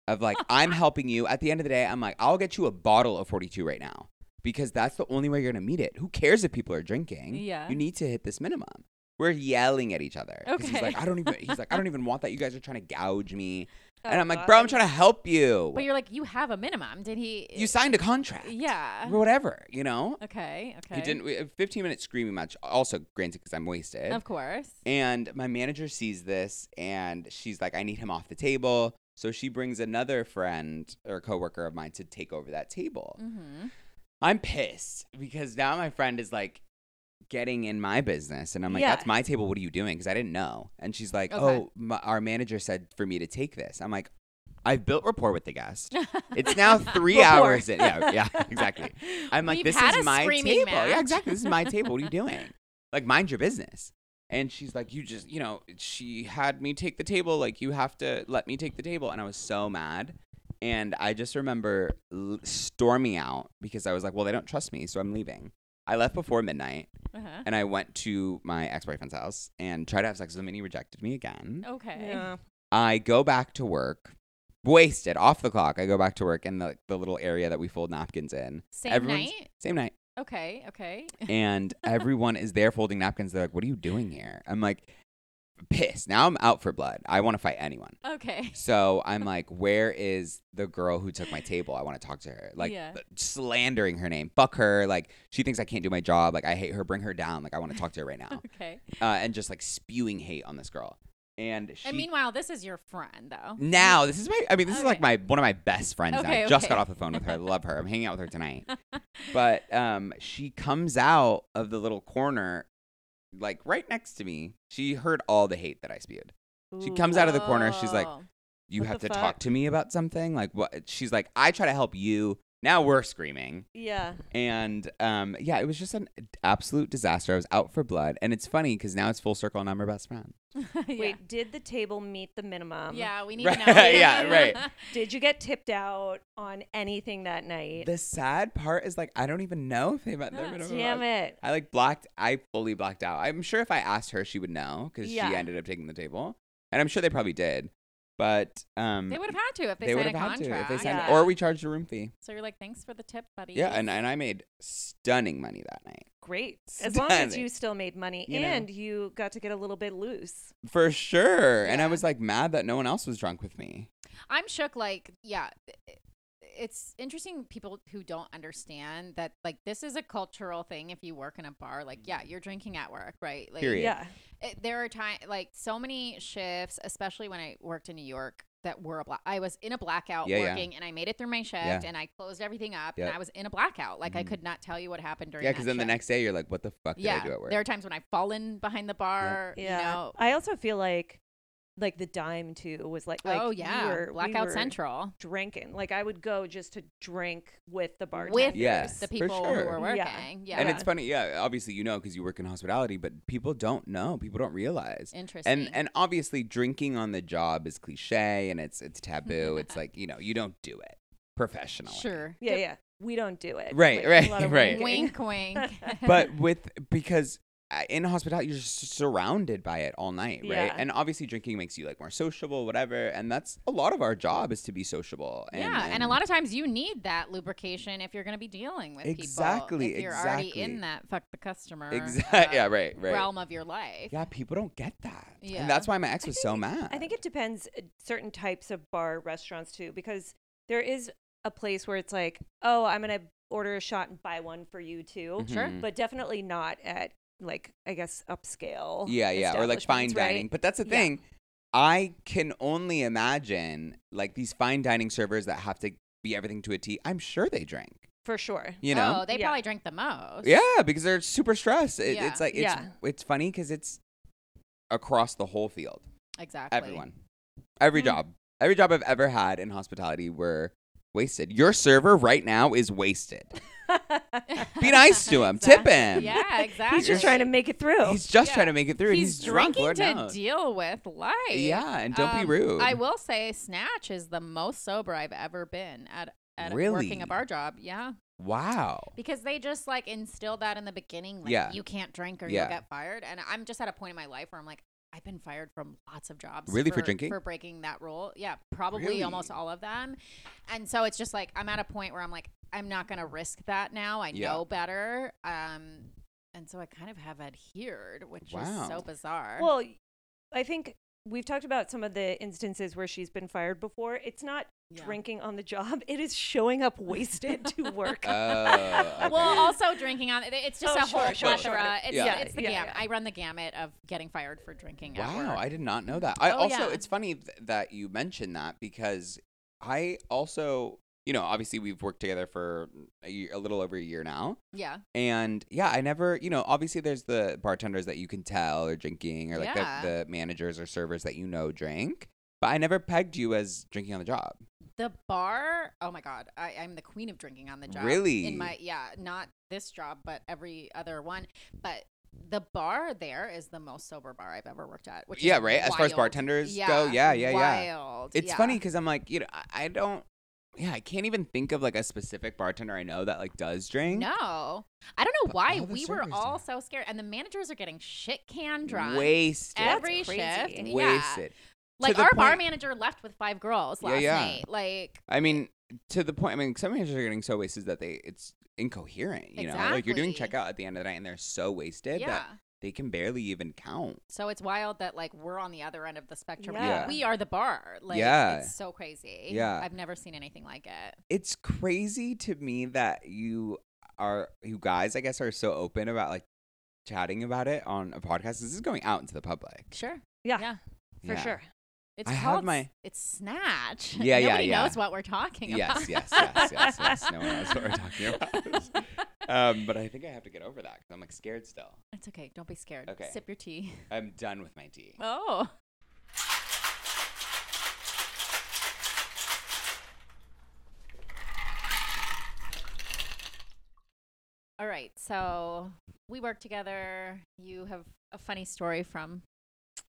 of like, I'm helping you. At the end of the day, I'm like, I'll get you a bottle of 42 right now. Because that's the only way you're gonna meet it. Who cares if people are drinking? Yeah. You need to hit this minimum. We're yelling at each other. 'Cause He's Okay. like, I don't even he's like, I don't even want that. You guys are trying to gouge me. and Oh, I'm like, God. bro, I'm trying to help you. But you're like, you have a minimum. Did he? you signed a contract. Yeah. Whatever, you know? Okay. Okay. He didn't we- a 15 minute screaming match, also granted because I'm wasted. Of course. And my manager sees this and she's like, I need him off the table. So she brings another friend or coworker of mine to take over that table. Mm-hmm. I'm pissed because now my friend is like getting in my business. And I'm like, Yeah. that's my table. What are you doing? Because I didn't know. And she's like, Okay. oh, my, our manager said for me to take this. I'm like, I've built rapport with the guest. It's now three Rapport. hours in. Yeah, yeah, exactly. I'm like, We've this had is a my screaming table. Yeah, match. exactly. This is my table. What are you doing? Like, mind your business. And she's like, you just, you know, she had me take the table. Like, you have to let me take the table. And I was so mad. And I just remember l- storming out because I was like, well, they don't trust me. So I'm leaving. I left before midnight Uh-huh. and I went to my ex boyfriend's house and tried to have sex with him and he rejected me again. Okay. Yeah. I go back to work, wasted, off the clock. I go back to work in the, the little area that we fold napkins in. Same Everyone's- night. Same night. Okay. Okay. And everyone is there folding napkins. They're like, what are you doing here? I'm like, pissed. Now I'm out for blood. I want to fight anyone. Okay. So I'm like, where is the girl who took my table? I want to talk to her. Like uh, Yeah. slandering her name. Fuck her. Like she thinks I can't do my job. Like I hate her. Bring her down. Like I want to talk to her right now. Okay. Uh, and just like spewing hate on this girl. And she, And meanwhile, this is your friend, though. now this is my. I mean, this is like Okay. my one of my best friends. now. Okay, I just okay. got off the phone with her. I love her. I'm hanging out with her tonight. but um, she comes out of the little corner, like right next to me. She heard all the hate that I spewed. She comes out of the corner, she's like, Oh. you What have the to fuck? talk to me about something like what she's like i try to help you now we're screaming Yeah. and um yeah it was just an absolute disaster i was out for blood and it's funny because now it's full circle and i'm her best friend yeah. Wait, did the table meet the minimum? yeah, we need um, right, to know. yeah, right. Did you get tipped out on anything that night? the sad part is like i don't even know if they met their Yeah. minimum Damn amount. it. i like blocked i fully blocked out i'm sure if i asked her she would know because Yeah. she ended up taking the table and i'm sure they probably did but um They would have had to if they, would signed have a had contract. to if they signed Yeah. or we charged a room fee so you're like, thanks for the tip, buddy. yeah and, and i made stunning money that night Great. As long as Stunning. you still made money You know. and you got to get a little bit loose. For sure. And I Yeah. was like mad that no one else was drunk with me. I'm shook. Like, yeah, it- it's interesting. People who don't understand that, like, this is a cultural thing. If you work in a bar, like, yeah, you're drinking at work, right? Like, Period. Yeah. it- eh, there are time like so many shifts, especially when I worked in New York that were a black. I was in a blackout Yeah, yeah. working, and I made it through my shift, Yeah. and I closed everything up, Yep. and I was in a blackout. Like, I Mhm. could not tell you what happened during. Yeah, because because then the next day you're like, what the fuck did yeah, I do at work? there are times when I've fallen behind the bar. Yeah. You know. I also feel like like the dime too was like, like oh we yeah, were- we blackout were central. drinking. Like I would go just to drink with the bartender. With Yes, the for people who sure. were Yeah. working. Yeah. And it's funny. Yeah, obviously you know because you work in hospitality, but people don't know. People don't realize. interesting. And and obviously drinking on the job is cliche and it's it's taboo. it's like, you know, you don't do it professionally. sure. Yeah, yeah. We don't do it. Right, Like, a right, lot of right. winking. Wink, wink. But with because uh, in hospitality you're just surrounded by it all night, right? Yeah. And obviously drinking makes you like more sociable, whatever. And that's a lot of our job is to be sociable. And, yeah, and, a lot of times you need that lubrication if you're going to be dealing with people. Exactly, If you're already exactly. in that fuck the customer Exactly. uh, yeah. Right. Right. realm of your life. Yeah, people don't get that. Yeah. And that's why my ex I was think so it- mad. I think it depends uh, certain types of bar restaurants too, because there is a place where it's like, oh, I'm gonna order a shot and buy one for you too, Sure. Mhm. but definitely not at like I guess Oh, upscale. Yeah, yeah. Or like fine establishments, right? dining. But that's the Yeah. thing. I can only imagine like these fine dining servers that have to be everything to a T. I'm sure they drink, for sure. you know? Oh, they Yeah. probably drink the most. Yeah, because they're super stressed. It, Oh, Yeah. It's like, it's, Yeah. it's funny because it's across the whole field. Exactly. Mm-hmm. Everyone. Every Mhm. job. Every job I've ever had in hospitality were wasted. Your server right now is wasted. Be nice to him. Tip him. Yeah, exactly. He's just trying to make it through. He's just Yeah. trying to make it through. and He's, he's drunk. drinking Lord to knows. deal with life. Yeah, and don't Um, be rude. I will say, snatch is the most sober I've ever been at. At working Really? a bar job, yeah, Wow. because they just like instill that in the beginning, like Yeah. you can't drink or Yeah. you'll get fired. And I'm just at a point in my life where I'm like, I've been fired from lots of jobs, Really, for drinking? for breaking that rule. Yeah, probably Really? almost all of them. And so it's just like I'm at a point where I'm like, I'm not gonna risk that now. I Yeah. know better. Um, and so I kind of have adhered, which is so Wow. bizarre. Well, I think we've talked about some of the instances where she's been fired before. It's not Yeah. drinking on the job; it is showing up wasted to work. Oh. okay. Well, also drinking on it's just Oh, a sure, whole sure, plethora. sure. It's, Yeah. it's the Yeah, gamut. yeah. I run the gamut of getting fired for drinking. at wow, work. I did not know that. I Oh, also, yeah. it's funny th- that you mentioned that because I also, you know, obviously we've worked together for a, year, a little over a year now. yeah, And yeah, I never, you know, obviously there's the bartenders that you can tell are drinking or like Yeah. the, the managers or servers that you know drink. But I never pegged you as drinking on the job. the bar. Oh my god, I, I'm the queen of drinking on the job. Really? In my yeah, not this job, but every other one. But the bar there is the most sober bar I've ever worked at. Which is yeah, right? As far as wild. bartenders go, yeah, yeah, yeah. wild. It's yeah. funny because I'm like, you know, I, I don't, yeah, I can't even think of like a specific bartender I know that like does drink. No, I don't know But why all the we were servers do all that. so scared, and the managers are getting shit can drunk. Wasted. Every That's shift, crazy. yeah. Wasted. Like the our bar point- manager left with five girls Yeah, last yeah. night. Like I mean, to the point, I mean, some managers are getting so wasted that they, it's incoherent, you know? Like you're doing Exactly. checkout at the end of the night and they're so wasted yeah. that they can barely even count. So it's wild that like we're on the other end of the spectrum. Yeah. Like, we are the bar. Like Yeah. it's so crazy. Yeah. I've never seen anything like it. It's crazy to me that you are you guys, I guess, are so open about like chatting about it on a podcast. This is going out into the public. Sure. Yeah. Yeah. for Yeah. sure. It's I had called my- s- it's snatch. Yeah, yeah, Nobody yeah. knows what we're talking Yes, about. yes, yes, yes, yes. No one knows what we're talking about. Um, but I think I have to get over that because I'm like scared still. It's okay. Don't be scared. Okay. Sip your tea. I'm done with my tea. Oh. All right. So we work together. You have a funny story from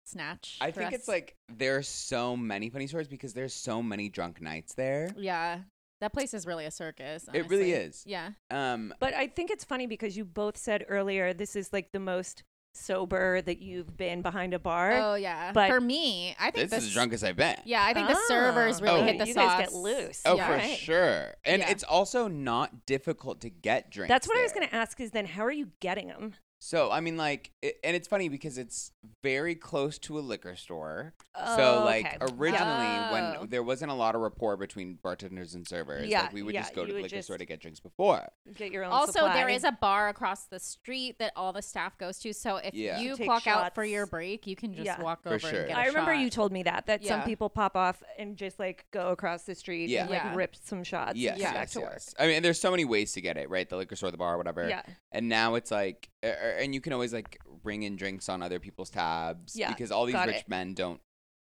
Snatch. I for think us. it's like there are so many funny stories because there's so many drunk nights there. Yeah. That place is really a circus. It really honestly. is. Yeah. Um, But I think it's funny because you both said earlier this is like the most sober that you've been behind a bar. Oh, yeah. But- for me, I think this is as drunk as I've been. Yeah, I think the servers Oh. really Oh. hit the You sauce. guys get loose. Oh, yeah. for Right. sure. And Yeah. it's also not difficult to get drinks. That's what I was there. going to ask is then how are you getting them? So I mean, like, it, and it's funny because it's very close to a liquor store. Oh, so like originally, Oh. when there wasn't a lot of rapport between bartenders and servers, Yeah, like we would yeah, just go you to the would liquor store just- to get drinks before. get your own Also, there supply. is a bar across the street that all the staff goes to. So if Yeah. you Take clock out for shots. your break, you can just Yeah. walk For over sure. and get a I remember shot. you told me that that some Yeah. people pop off and just like go across the street Yeah. and like Yeah. rip some shots yes, and get yeah. back yes, to work. yes. I mean, there's so many ways to get it, right? The liquor store, the bar, whatever. Yeah. And now it's like, er, er, and you can always like bring in drinks on other people's tabs. Yeah, Because all these got rich it. men don't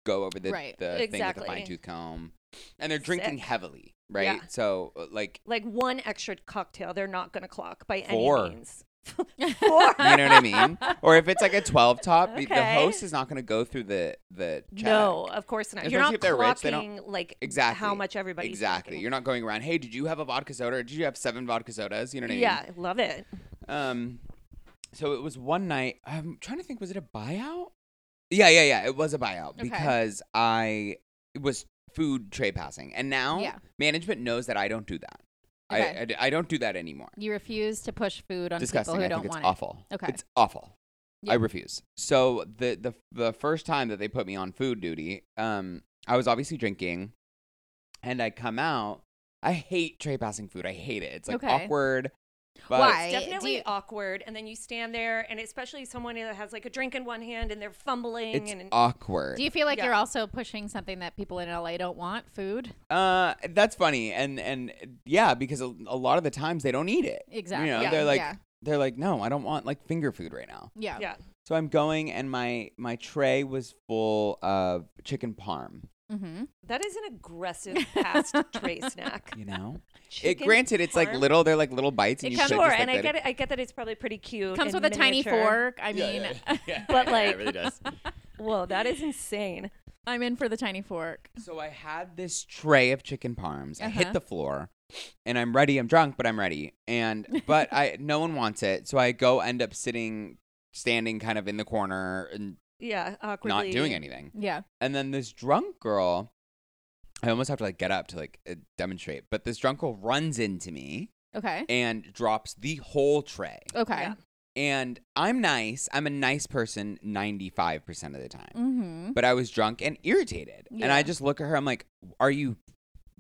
go over the, Right, the thing with the exactly. fine tooth comb. And they're drinking Sick. heavily, right? Yeah. So, uh, like, Like one extra cocktail, they're not going to clock by Four. any means. Four. you know what I mean? Or if it's like a 12 top, the- the Okay. host is not going to go through the, the check. No, of course not. You're Especially not if they're rich, they clocking don't- like Exactly. how much everybody Exactly. You're not going around, hey, did you have a vodka soda? Or did you have seven vodka sodas? You know what I mean? yeah, love it. Um, so it was one night. I'm trying to think. Was it a buyout? Yeah, yeah, yeah. It was a buyout Okay. because I it was food trade passing, and now Yeah. management knows that I don't do that. I, Okay. I d- I don't do that anymore. You refuse to push food on people Disgusting. I who think don't it's want awful. Okay. it's awful. I Yeah. refuse. So the the the first time that they put me on food duty, um, I was obviously drinking, and I come out. I hate tray passing food. I hate it. It's like Okay. awkward. But Why? I- do Definitely you- awkward. And then you stand there, and especially someone that has like a drink in one hand and they're fumbling. It's and awkward. it. Do you feel like Yeah. you're also pushing something that people in LA don't want? Food? Uh, that's funny, and and yeah, because a, a lot of the times they don't eat it. Exactly. You know, Yeah. they're like Yeah. they're like, no, I don't want like finger food right now. Yeah. yeah, So I'm going, and my my tray was full of chicken parm. Mm-hmm. that is an aggressive past tray snack. You know, it Chicken granted it's like parm. little. They're like little bites, and It you comes, should sure, just, like, and I let get it. I get that it's probably pretty cute. Comes and with a tiny miniature. fork. I Yeah, mean, yeah, yeah, yeah, But, yeah, like- it really does. Whoa, that is insane. I'm in for the tiny fork. So I had this tray of chicken parms. I hit Uh-huh. the floor, and I'm ready. I'm drunk, but I'm ready. And but I no one wants it, so I go end up sitting, standing kind of in the corner and Yeah, awkwardly. not doing anything. Yeah. And then this drunk girl, I almost have to like get up to like uh, demonstrate, but this drunk girl runs into me Okay. and drops the whole tray. Okay. Yeah. And I'm nice. I'm a nice person 95% of the time. Mm-hmm. But I was drunk and irritated. And I Yeah. just look at her. I'm like, are you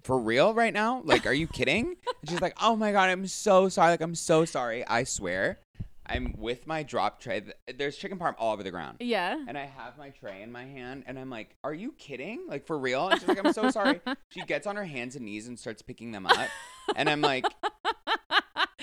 for real right now? Like, are you kidding? and she's like, oh my God, I'm so sorry. Like, I'm so sorry. I swear. I'm with my drop tray. Th- There's chicken parm all over the ground Yeah. and I have my tray in my hand, and I'm like, "Are you kidding? Like for real?" And she's like, "I'm so sorry." She gets on her hands and knees and starts picking them up, and I'm like,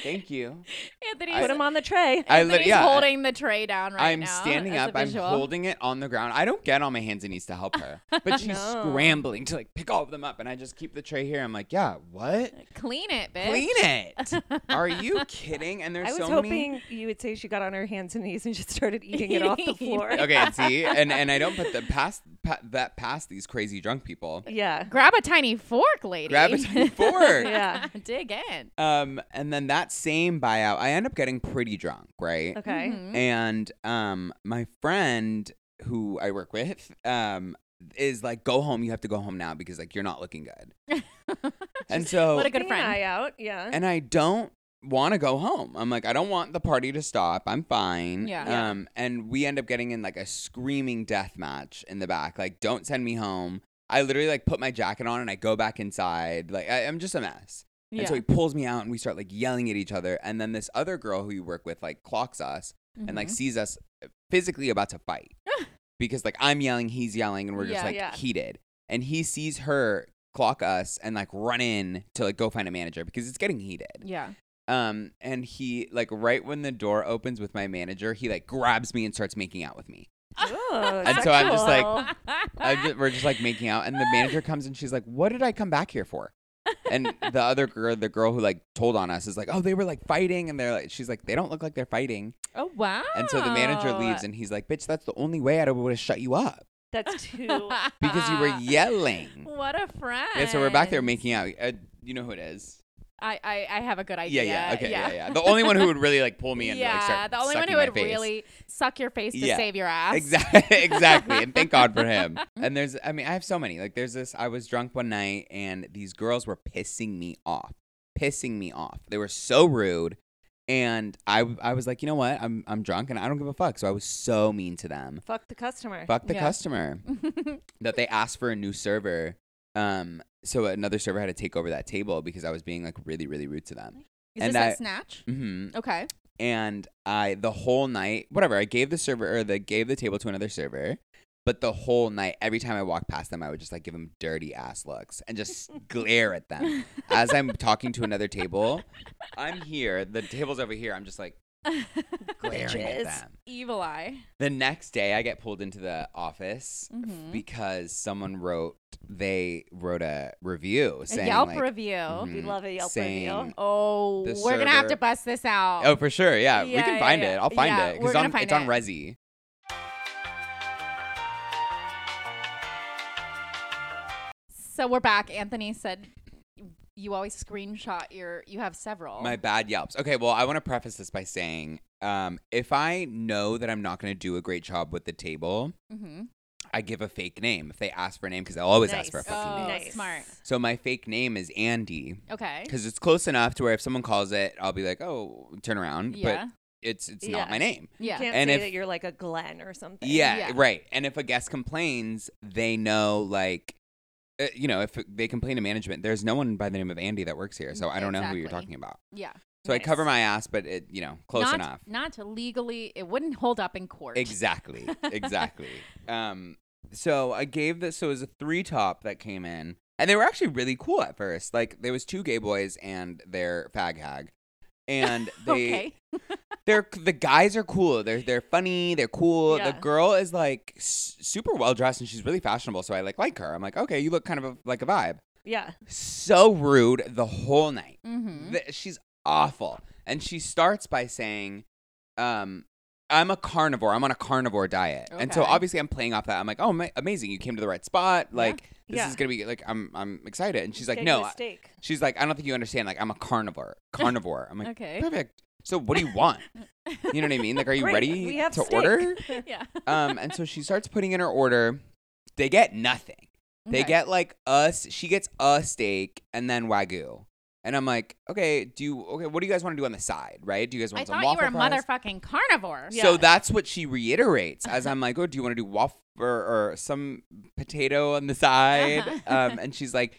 "Thank you." Anthony's, Put them on the tray. I li- Anthony's yeah, holding the tray down right I'm now. standing as a up. I'm visual. holding it on the ground. I don't get on my hands and knees to help her, but she's No. scrambling to like pick all of them up, and I just keep the tray here. I'm like, "Yeah, what? Clean it, bitch. Clean it? Are you kidding?" And there's I was so many. hoping you would say she got on her hands and knees and just started eating it off the floor. Okay, and see, and and I don't put the past pa- that past these crazy drunk people. Yeah. Grab a tiny fork, lady. Grab a tiny fork. Yeah. Dig in. Um, and then that same buyout, I end up getting pretty drunk, right? Okay. Mhm. And um, my friend who I work with, um, is like, go home. You have to go home now because like you're not looking good. and so, What a good Keeping an friend. eye out. Yeah. and I don't want to go home. I'm like, I don't want the party to stop. I'm fine. Yeah. Yeah. Um, and we end up getting in like a screaming death match in the back. Like, don't send me home. I literally like put my jacket on and I go back inside. Like, I, I'm just a mess. And so he pulls me out and we start like yelling at each other. And then this other girl who we work with like clocks us Mm-hmm. and like sees us physically about to fight because like I'm yelling, he's yelling, and we're just Yeah, like yeah. heated. And he sees her clock us and like run in to like go find a manager because it's getting heated. yeah. Um, and he like right when the door opens with my manager, he like grabs me and starts making out with me. and so I'm just like- I ju- we're just like making out, and the manager comes and she's like, "What did I come back here for?" And the other girl, the girl who like told on us, is like, "Oh, they were like fighting," and they're like, she's like, "They don't look like they're fighting." oh wow. And so the manager leaves, and he's like, "Bitch, that's the only way I would have shut you up that's too. because you Ah. were yelling." What a friend. Yeah, so we're back there making out. Uh, you know who it is? I, I I have a good Yeah, idea. yeah, okay, yeah. yeah, The only one who would really like pull me in, yeah, like start the only one sucking who my would face. really suck your face to Yeah, save your ass. Exactly, exactly. And thank God for him. And there's, I mean, I have so many. Like, there's this. I was drunk one night, and these girls were pissing me off, pissing me off. They were so rude, and I, I was like, you know what? I'm, I'm drunk, and I don't give a fuck. So I was so mean to them. Fuck the customer. Fuck the Yeah. customer that they asked for a new server. Um, so another server had to take over that table because I was being like really, really rude to them. Is And this I- a snatch? hmm Okay. and I the whole night, whatever, I gave the server or the gave the table to another server. But the whole night, every time I walked past them, I would just like give them dirty ass looks and just glare at them as I'm talking to another table. I'm here, the table's over here. I'm just like glaring at Bitches. them. Evil eye. The next day, I get pulled into the office Mhm. because someone wrote they wrote a review A saying Yelp like, review. We mhm, love a Yelp saying, review. Oh, The we're gonna have server- to bust this out. Oh, for sure. Yeah, we Yeah, can yeah, find yeah. it. I'll find Yeah, it we're because gonna on, find it's on it. Resi. So we're back. Anthony said you always screenshot your. You have several. My bad yelps. Okay, well, I want to preface this by saying um, if I know that I'm not going to do a great job with the table, hmm I give a fake name if they ask for a name because they'll always ask for a Nice. fucking Oh, name. Nice. smart. So my fake name is Andy Okay. because it's close enough to where if someone calls it, I'll be like, oh, turn around. Yeah. But it's it's Yeah. not my name. yeah. Uh, Can't And say if- that you're like a Glenn or something. Yeah, Yeah. right. And if a guest complains, they know like. uh, You know, if they complain to management, there's no one by the name of Andy that works here, so I don't know who you're Exactly. talking about. yeah. So I Nice. cover my ass, but it, you know, close not, enough. Not to legally. It wouldn't hold up in court. Exactly. Exactly. um, so I gave this. So it was a three top that came in, and they were actually really cool at first. Like there was two gay boys and their fag hag, and they okay. they're the guys are cool. They're they're funny. They're cool. The Yeah. girl is like s- super well dressed and she's really fashionable. So I like like her. I'm like, okay, you look kind of a, like a vibe. Yeah. So rude the whole night. Mm-hmm. Th- she's awful. And she starts by saying, um, I'm a carnivore. I'm on a carnivore diet. And so Okay. obviously I'm playing off that. I'm like, oh, ma- amazing. You came to the right spot. Like, this Yeah. is going to be like, I'm, I'm excited. And she's like, Get no. you a I- steak. She's like, I don't think you understand. Like, I'm a carnivore. Carnivore. I'm like, Okay. perfect. So what do you want? You know what I mean? Like, are you Great, ready we have to steak. order? yeah. Um, and so she starts putting in her order. They get nothing. They Okay. get like us. She gets a steak and then wagyu. And I'm like, okay, do you okay? What do you guys want to do on the side, right? Do you guys want I some thought you waffle were a fries? motherfucking carnivore. Yeah. So that's what she reiterates as I'm like, oh, do you want to do waffle or, or some potato on the side? Uh-huh. Um, and she's like,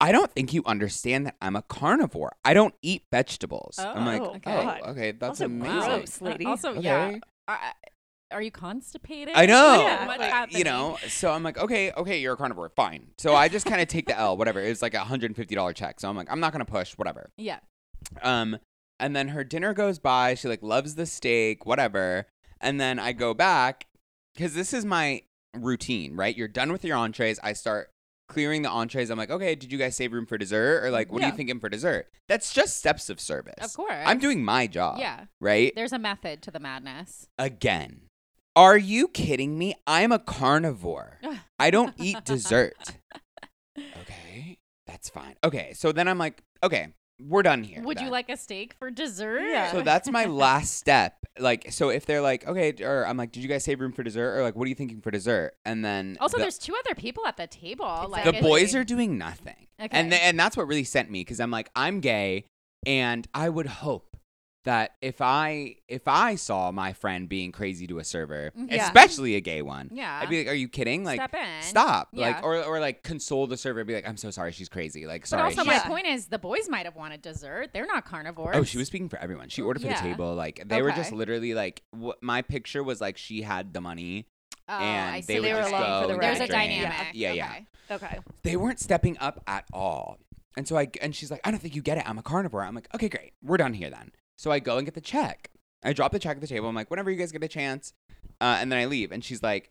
I don't think you understand that I'm a carnivore. I don't eat vegetables. I'm like, Oh, God. oh, okay, that's Also amazing. gross, lady. Uh, also, Okay. yeah. I- I- are you constipated? I know. Yeah. What's Like, happening? you know, so I'm like, okay, okay, you're a carnivore. Fine. So I just kind of take the L, whatever. It was like a $150 check. So I'm like, I'm not going to push, whatever. Yeah. Um, and then her dinner goes by. She like loves the steak, whatever. And then I go back because this is my routine, right? You're done with your entrees. I start clearing the entrees. I'm like, okay, did you guys save room for dessert? Or like, what are Yeah. you thinking for dessert? That's just steps of service. Of course. I'm doing my job. Yeah. Right? There's a method to the madness. again. Are you kidding me? I'm a carnivore. I don't eat dessert. Okay, that's fine. Okay, so then I'm like, okay, we're done here. Would you then. like a steak for dessert? Yeah. So that's my last step. Like, so if they're like, okay, or I'm like, did you guys save room for dessert? Or like, what are you thinking for dessert? And then Also, the, there's two other people at the table. Exactly. Like the it's- boys are doing nothing, Okay. and th- and that's what really sent me because I'm like, I'm gay. And I would hope that if I if I saw my friend being crazy to a server, Mhm. Yeah. especially a gay one, Yeah. I'd be like, "Are you kidding? Like, Step in. stop!" Yeah. Like, or or like console the server, and be like, "I'm so sorry, she's crazy. Like, But sorry." also, she's- my Yeah. point is, the boys might have wanted dessert. They're not carnivores. Oh, she was speaking for everyone. She ordered for Yeah. the table. Like they were just Okay. literally like wh- my picture was like she had the money. Oh, and I they see. would They were just along go for the and There's get a a drink. dynamic. Yeah, yeah. Okay. Okay. They weren't stepping up at all. And so I g- and she's like, I don't think you get it. I'm a carnivore. I'm like, okay, great. We're done here then. So I go and get the check. I drop the check at the table. I'm like, whenever you guys get a chance, uh, and then I leave. And she's like,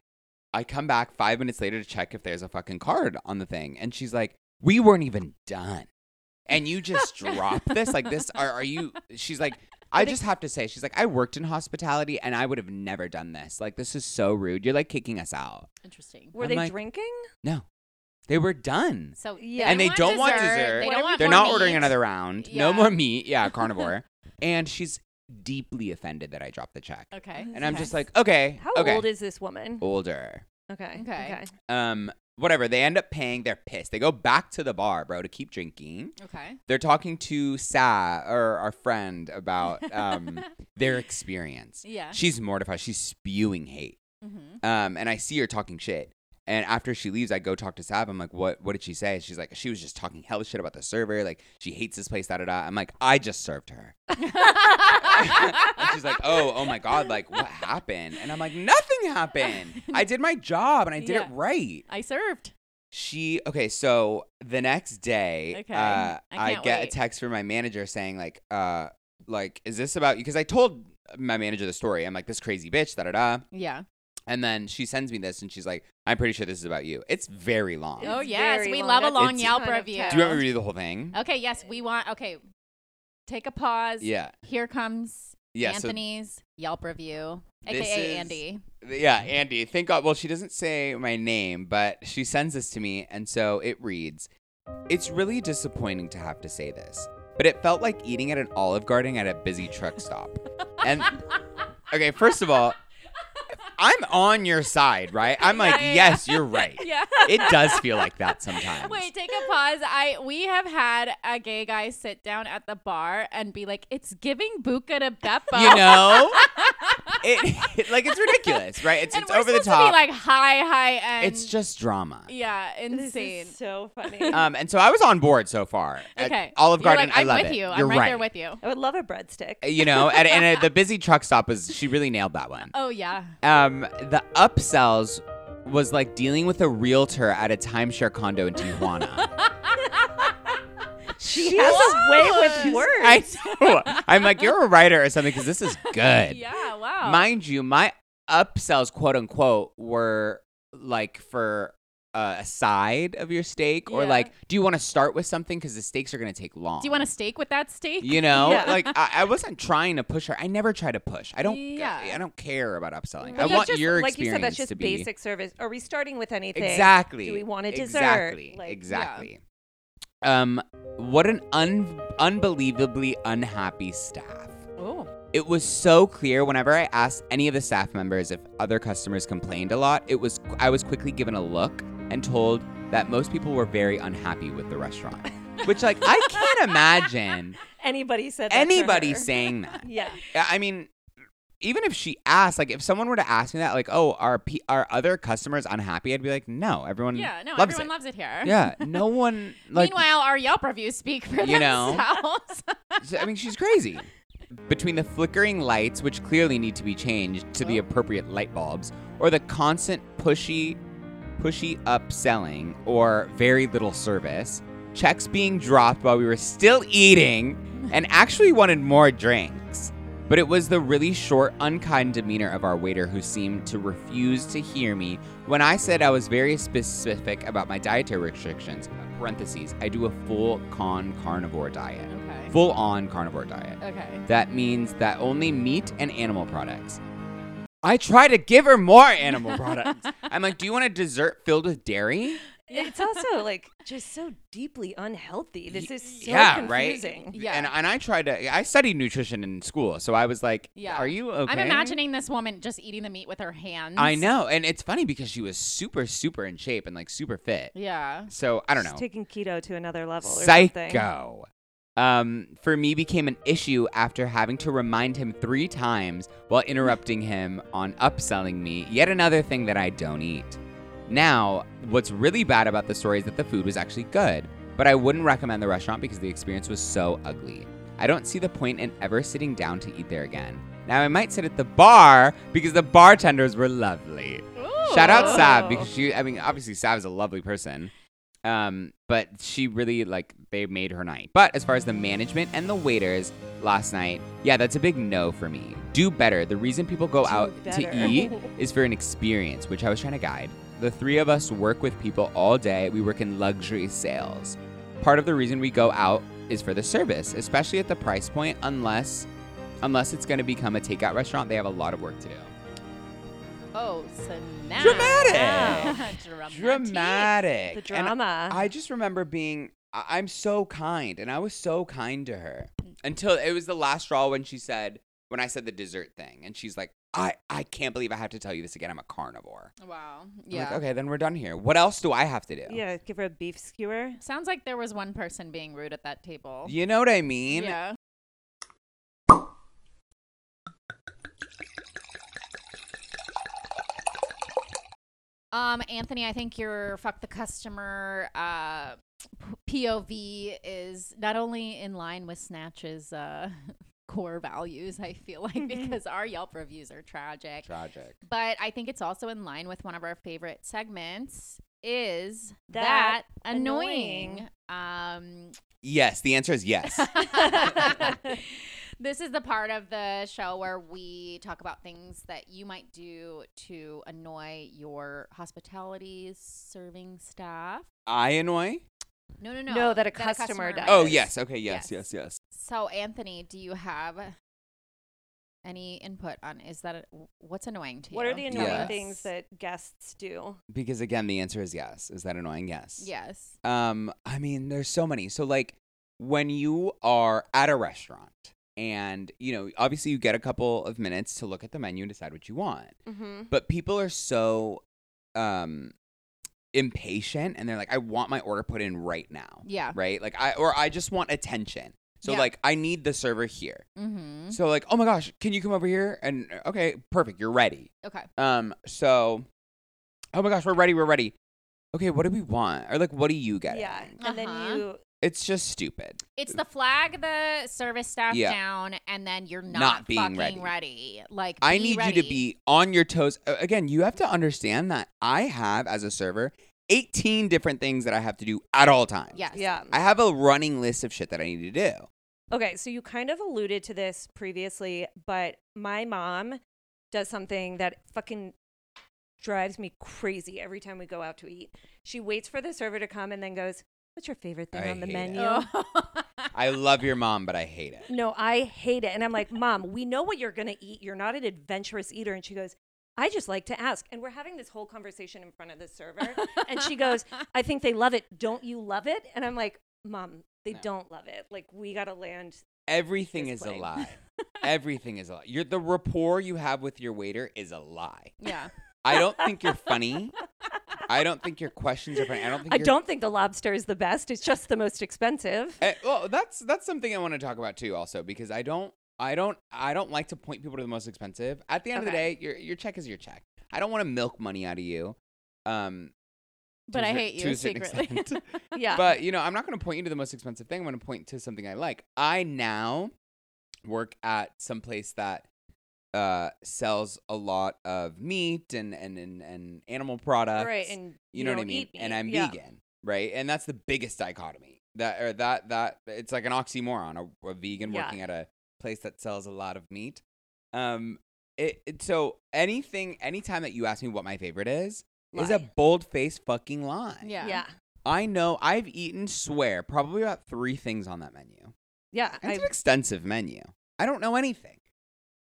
I come back five minutes later to check if there's a fucking card on the thing. And she's like, we weren't even done. And you just drop this like this? Are, are you? She's like, I just have to say, she's like, I worked in hospitality and I would have never done this. Like, this is so rude. You're like kicking us out. Interesting. Were I'm they like- drinking? No, they were done. So Yeah. And they don't want dessert. They Whatever don't want They're more not ordering meat. another round. Yeah. No more meat. Yeah, carnivore. and she's deeply offended that I dropped the check. Okay. And I'm Okay. just like, okay, How okay. Oh. old is this woman? older? Okay. Okay. Okay. Um, whatever. They end up paying. They're pissed. They go back to the bar, bro, to keep drinking. Okay. They're talking to Sa or our friend about um their experience. Yeah. She's mortified. She's spewing hate. Mm-hmm. Um, and I see her talking shit. And after she leaves, I go talk to Sab. I'm like, what What did she say? She's like, she was just talking hell shit about the server. Like, she hates this place, da da da. I'm like, I just served her. and she's like, oh, oh my God, like, what happened? And I'm like, nothing happened. I did my job and I did Yeah. it right. I served. She, okay, so the next day, Okay. uh, I I, can't get wait. a text from my manager saying, like, uh, like, is this about you? Because I told my manager the story. I'm like, this crazy bitch, da da da. Yeah. And then she sends me this and she's like, I'm pretty sure this is about you. It's very long. Oh It's yes, very we long. love a That's long a Yelp ton of review. text. Do you want me to read the whole thing? Okay. Yes, we want. Okay. Take a pause. Yeah. Here comes Yeah. Anthony's Yelp review, This aka is- Andy. So, yeah, Andy. Thank God. Well, she doesn't say my name, but she sends this to me. And so it reads It's really disappointing to have to say this, but it felt like eating at an Olive Garden at a busy truck stop. And okay, first of all, I'm on your side, right? I'm like, Yeah, yeah, yeah. yes, you're right. Yeah. It does feel like that sometimes. Wait, take a pause. I we have had a gay guy sit down at the bar and be like, "It's giving buka to Beppo." you know it like it's ridiculous right it's, and it's we're over the supposed to be top like high, high end. it's just drama yeah, This insane. is so funny. um and so i was on board so far At okay, olive You're garden like, i I'm love with it you. you're I'm right, right there with you. I would love a breadstick. you know and, and uh, the busy truck stop is she really nailed that one Oh yeah. um the upsells was like dealing with a realtor at a timeshare condo in tijuana She has a way with words. I know. i'm like you're a writer or something because this is good Yeah. Wow. mind you, my upsells, quote unquote, were like for uh, a side of your steak, or Yeah. like, do you want to start with something because the steaks are gonna take long? Do you want a steak with that steak? You know, Yeah. like I, I wasn't trying to push her. I never try to push. I don't. Yeah. I, don't care about upselling. But I that's want just- your like you experience said, that's just to be basic service. Are we starting with anything? exactly. Do we want a dessert? Exactly. Like, yeah. exactly. Um, what an un- unbelievably unhappy staff. Oh. It was so clear whenever I asked any of the staff members if other customers complained a lot, it was I was quickly given a look and told that most people were very unhappy with the restaurant. Which like I can't imagine Anybody said that to anybody her. saying that. Yeah. I I mean even if she asked, like if someone were to ask me that, like, oh, are p- are other customers unhappy? I'd be like, no, everyone Yeah. No. loves everyone it. loves it here. yeah, no one like Meanwhile, our Yelp reviews speak for You know. themselves. So, I mean, she's crazy. Between the flickering lights, which clearly need to be changed to the Oh. appropriate light bulbs, or the constant pushy, pushy upselling, or very little service, checks being dropped while we were still eating, and actually wanted more drinks. But it was the really short, unkind demeanor of our waiter who seemed to refuse to hear me when I said I was very specific about my dietary restrictions. Parentheses, I do a full con carnivore diet okay. full on carnivore diet. Okay. That means that only meat and animal products. I try to give her more animal products. I'm like, do you want a dessert filled with dairy? It's also like just so deeply unhealthy. This is so yeah, right. confusing. Yeah. And and I tried to. I studied nutrition in school, so I was like, Yeah. are you okay? I'm imagining this woman just eating the meat with her hands. I know, and it's funny because she was super, super in shape and like super fit. Yeah. So I don't She's know. taking keto to another level or something. Psycho. um, for me became an issue after having to remind him three times while interrupting him on upselling me yet another thing that I don't eat. Now, what's really bad about the story is that the food was actually good, but I wouldn't recommend the restaurant because the experience was so ugly. I don't see the point in ever sitting down to eat there again. Now, I might sit at the bar because the bartenders were lovely. Shout out Sab Ooh. because she, I mean, obviously Sab is a lovely person. Um, but she really like they made her night. But as far as the management and the waiters last night, yeah, that's a big no for me. Do better. The reason people go Do out better. to eat is for an experience, which I was trying to guide. The three of us work with people all day. We work in luxury sales. Part of the reason we go out is for the service, especially at the price point unless unless it's going to become a takeout restaurant, they have a lot of work to do. Oh, snap. Dramatic. Wow. Dramatic. Dramatic. the And drama. I just remember being, I- I'm so kind, and I was so kind to her until it was the last straw when she said, when I said the dessert thing, and she's like, I, I can't believe I have to tell you this again. I'm a carnivore. Wow. I'm like, Yeah. okay, then we're done here. What else do I have to do? yeah, give her a beef skewer. Sounds like there was one person being rude at that table. You know what I mean? Yeah. Um, Anthony, I think your fuck the customer uh, p- POV is not only in line with Snatch's uh, core values, I feel like, Mm-hmm. because our Yelp reviews are tragic. Tragic. But I think it's also in line with one of our favorite segments is that, That annoying. Um, Yes, the answer is yes. this is the part of the show where we talk about things that you might do to annoy your hospitality serving staff. I annoy? No, no, no. No, that a customer does. Oh, might. yes. Okay, yes, Yes. yes, yes. So, Anthony, do you have any input on is that what's annoying to you? What are the Tell annoying us. things that guests do? Because again, the answer is yes. Is that annoying? Yes. Yes. Um, I mean, there's so many. So like when you are at a restaurant and you know, obviously you get a couple of minutes to look at the menu and decide what you want. Mm-hmm. But people are so um impatient and they're like, I want my order put in right now. Yeah. Right? Like I or I just want attention. So Yeah. like I need the server here. Mhm. So like, oh my gosh, can you come over here? And uh, okay, perfect, you're ready. Okay. Um, so oh my gosh, we're ready, we're ready. Okay, what do we want? Or like what do you get? Yeah, and Uh-huh. then you It's just stupid. It's the flag the service staff Yeah. down and then you're not, Not being fucking ready. ready. Like I be need you ready. to be on your toes. A- Again, you have to understand that I have, as a server, 18 different things that I have to do at all times. Yes. yeah. I have a running list of shit that I need to do. Okay, so you kind of alluded to this previously, but my mom does something that fucking drives me crazy every time we go out to eat. She waits for the server to come and then goes, "What's your favorite thing I on the hate it. menu?" Oh. I love your mom, but I hate it. No, I hate it. And I'm like, Mom, we know what you're going to eat. You're not an adventurous eater. And she goes, I just like to ask. And we're having this whole conversation in front of the server. and she goes, I think they love it. Don't you love it? And I'm like, Mom, they No. don't love it. Like, we got to land. Everything It's is a plain. lie. Everything is a lie. Your, the rapport you have with your waiter is a lie. yeah. I don't think you're funny. I don't think your questions are funny. I don't think I you're don't think the lobster is the best. It's just the most expensive. Eh, well, that's that's something I want to talk about too, also because I don't, I don't, I don't like to point people to the most expensive. At the end of the Okay. day, your your check is your check. I don't want to milk money out of you. Um, to But a I cer- hate to you a certain secretly. extent. Yeah. but you know, I'm not going to point you to the most expensive thing. I'm going to point to something I like. I now work at some place that uh sells a lot of meat and and and, and animal products right. And uh, you know what I don't mean? eat And meat. I'm Yeah. vegan, right? And that's the biggest dichotomy. That or that that it's like an oxymoron. A, a vegan Yeah. working at a place that sells a lot of meat. Um, it, it- so anything, anytime that you ask me what my favorite is, is a Lie. bold faced fucking lie. Yeah. Yeah. I know. I've eaten swear probably about three things on that menu. Yeah. It's I- an extensive menu. I don't know anything.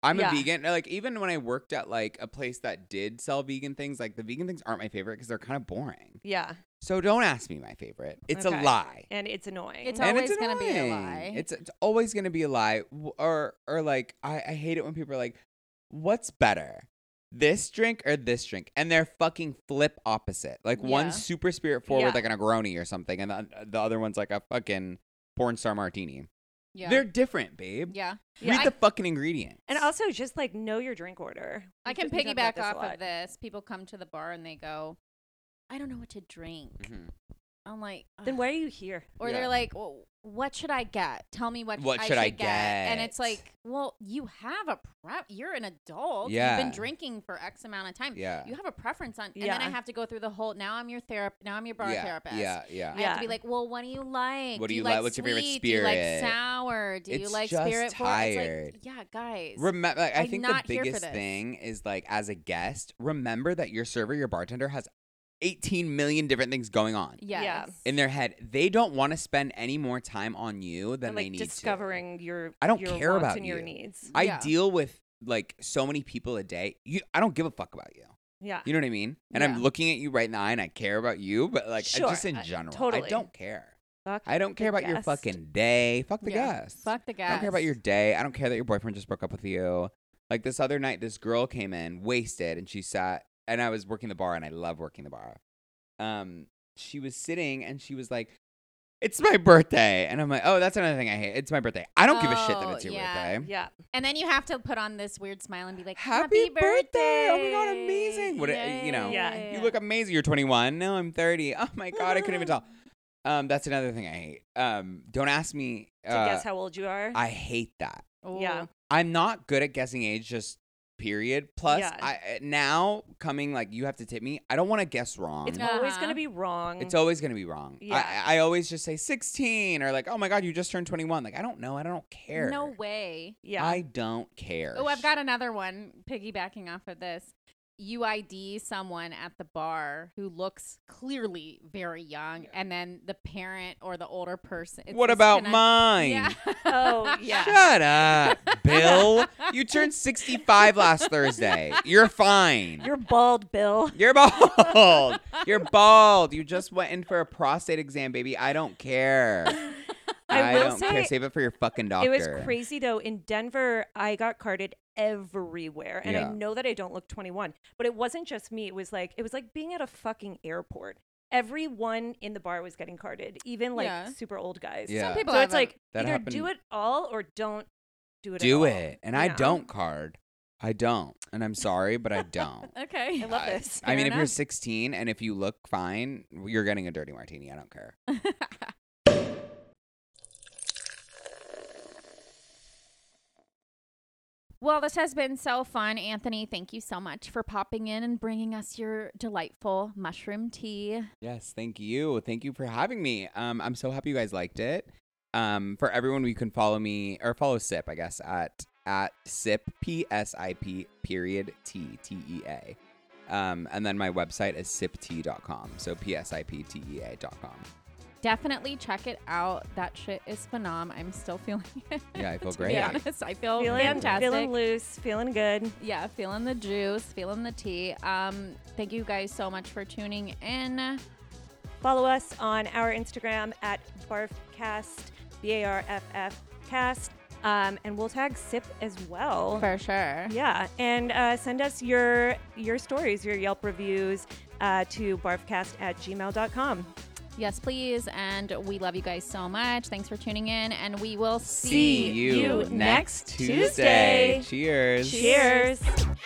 I'm Yeah. a vegan. Like even when I worked at like a place that did sell vegan things, like the vegan things aren't my favorite because they're kind of boring. yeah. So don't ask me my favorite. It's Okay. a lie. And it's annoying. It's And always gonna be a annoying. lie. It's it's always gonna be a lie. W- Or or like I, I hate it when people are like, what's better? This drink or this drink? And they're fucking flip opposite. Like Yeah. one's super spirit forward, Yeah. like an Negroni or something, and the, the other one's like a fucking porn star martini. Yeah. They're different, babe. yeah. Yeah, Read I- the fucking ingredients. and also just like know your drink order. I We've can been piggyback talking about this a off lot. of this. People come to the bar and they go, I don't know what to drink. Mhm. I'm like, Then "Ugh." why are you here? Or Yeah. they're like, well, what should I get? Tell me what, What I should I And get? it's like, well, you have a prep. You're an adult. You've Yeah. been drinking for X amount of time. yeah. You have a preference on. And then I Yeah. have to go through the whole, now I'm your therapist. Now I'm your bar yeah, therapist. Yeah, yeah. I have to be Yeah. like, well, what do you like? What do you like? like? What's your favorite sweet? Do you like spirit? sour? Do you It's like just spirit? forward? It's like, tired. yeah, guys. Remember, like, I I'm think the not here for biggest this. thing is like as a guest, remember that your server, your bartender has 18 million different things going on yes. Yeah. in their head. They don't want to spend any more time on you than And, they like need to. discovering your I don't your care wants about and your you. needs. I Yeah. deal with like so many people a day. You, I don't give a fuck about you. Yeah. You know what I mean? And Uh, Yeah. I'm looking at you right in the eye, and I care about you, but like I- Sure, just in I- general, I totally. don't care. Fuck I don't the care about your guest. fucking day. Fuck the Yeah. guests. Fuck the guys. I don't care about your day. I don't care that your boyfriend just broke up with you. Like this other night, this girl came in wasted and she sat, and I was working the bar, and I love working the bar. Um, she was sitting and she was like, "It's my birthday," and I'm like, "Oh, that's another thing I hate. It's my birthday. I don't give a shit that Oh, it's your yeah. birthday." Yeah. And then you have to put on this weird smile and be like, Happy "Happy, birthday. Oh my God, amazing. What a- you know, Yeah. You look amazing. You're 21. No, I'm 30. Oh my god, I couldn't even tell. Um, that's another thing I hate. Um, don't ask me. To uh, guess how old you are. I hate that. yeah. I'm not good at guessing age, just period. Plus, Yeah. I eh, now coming like you have to tip me. I don't want to guess wrong. It's always Uh-huh. gonna be wrong. It's always gonna be wrong. Yeah. I, I always just say 16 or like, oh my god, you just turned 21. Like I don't know. I don't care. No way. yeah. I don't care. Oh, I've got another one piggybacking off of this. You ID someone at the bar who looks clearly very young, and then the parent or the older person. it's what this about connect- mine? Yeah. Oh, yeah. Shut up, Bill. you turned 65 last Thursday. You're fine. You're bald, Bill. You're bald. You're bald. You just went in for a prostate exam, baby. I don't care. I will don't care. say- Save it for your fucking doctor. It was crazy though. In Denver, I got carded everywhere, and Yeah. I know that I don't look 21, but it wasn't just me. It was like it was like being at a fucking airport. Everyone in the bar was getting carded, even like Yeah. super old guys. Yeah. Some people So have it's like That either do happened- it all or don't do it. Do at all, it. And you I know? don't card. I don't. And I'm sorry, but I don't. a- okay. I love I- this. I mean, Fair if you're enough. 16 and if you look fine, you're getting a dirty martini. I don't care. Well, this has been so fun, Anthony. Thank you so much for popping in and bringing us your delightful mushroom tea. Yes, thank you. Thank you for having me. Um, I'm so happy you guys liked it. Um, for everyone, you can follow me or follow Sip, I guess, at at Sip P S I P period T T E A. Um, and then my website is sipt.com. So P S I P T E A dot com. Definitely check it out. That shit is phenom. I'm still feeling it. Yeah, I feel To great. be honest, I feel Feeling, Oh, fantastic. feeling loose, feeling good. yeah, feeling the juice, feeling the tea. Um, thank you guys so much for tuning in. Follow us on our Instagram at barfcast, b a r f f cast, um, and we'll tag sip as well. For sure. Yeah, and uh, send us your your stories, your Yelp reviews uh, to barfcast at gmail.com. Yes, please. And we love you guys so much. Thanks for tuning in, and we will see, See you you next next Tuesday. Tuesday. Cheers. Cheers.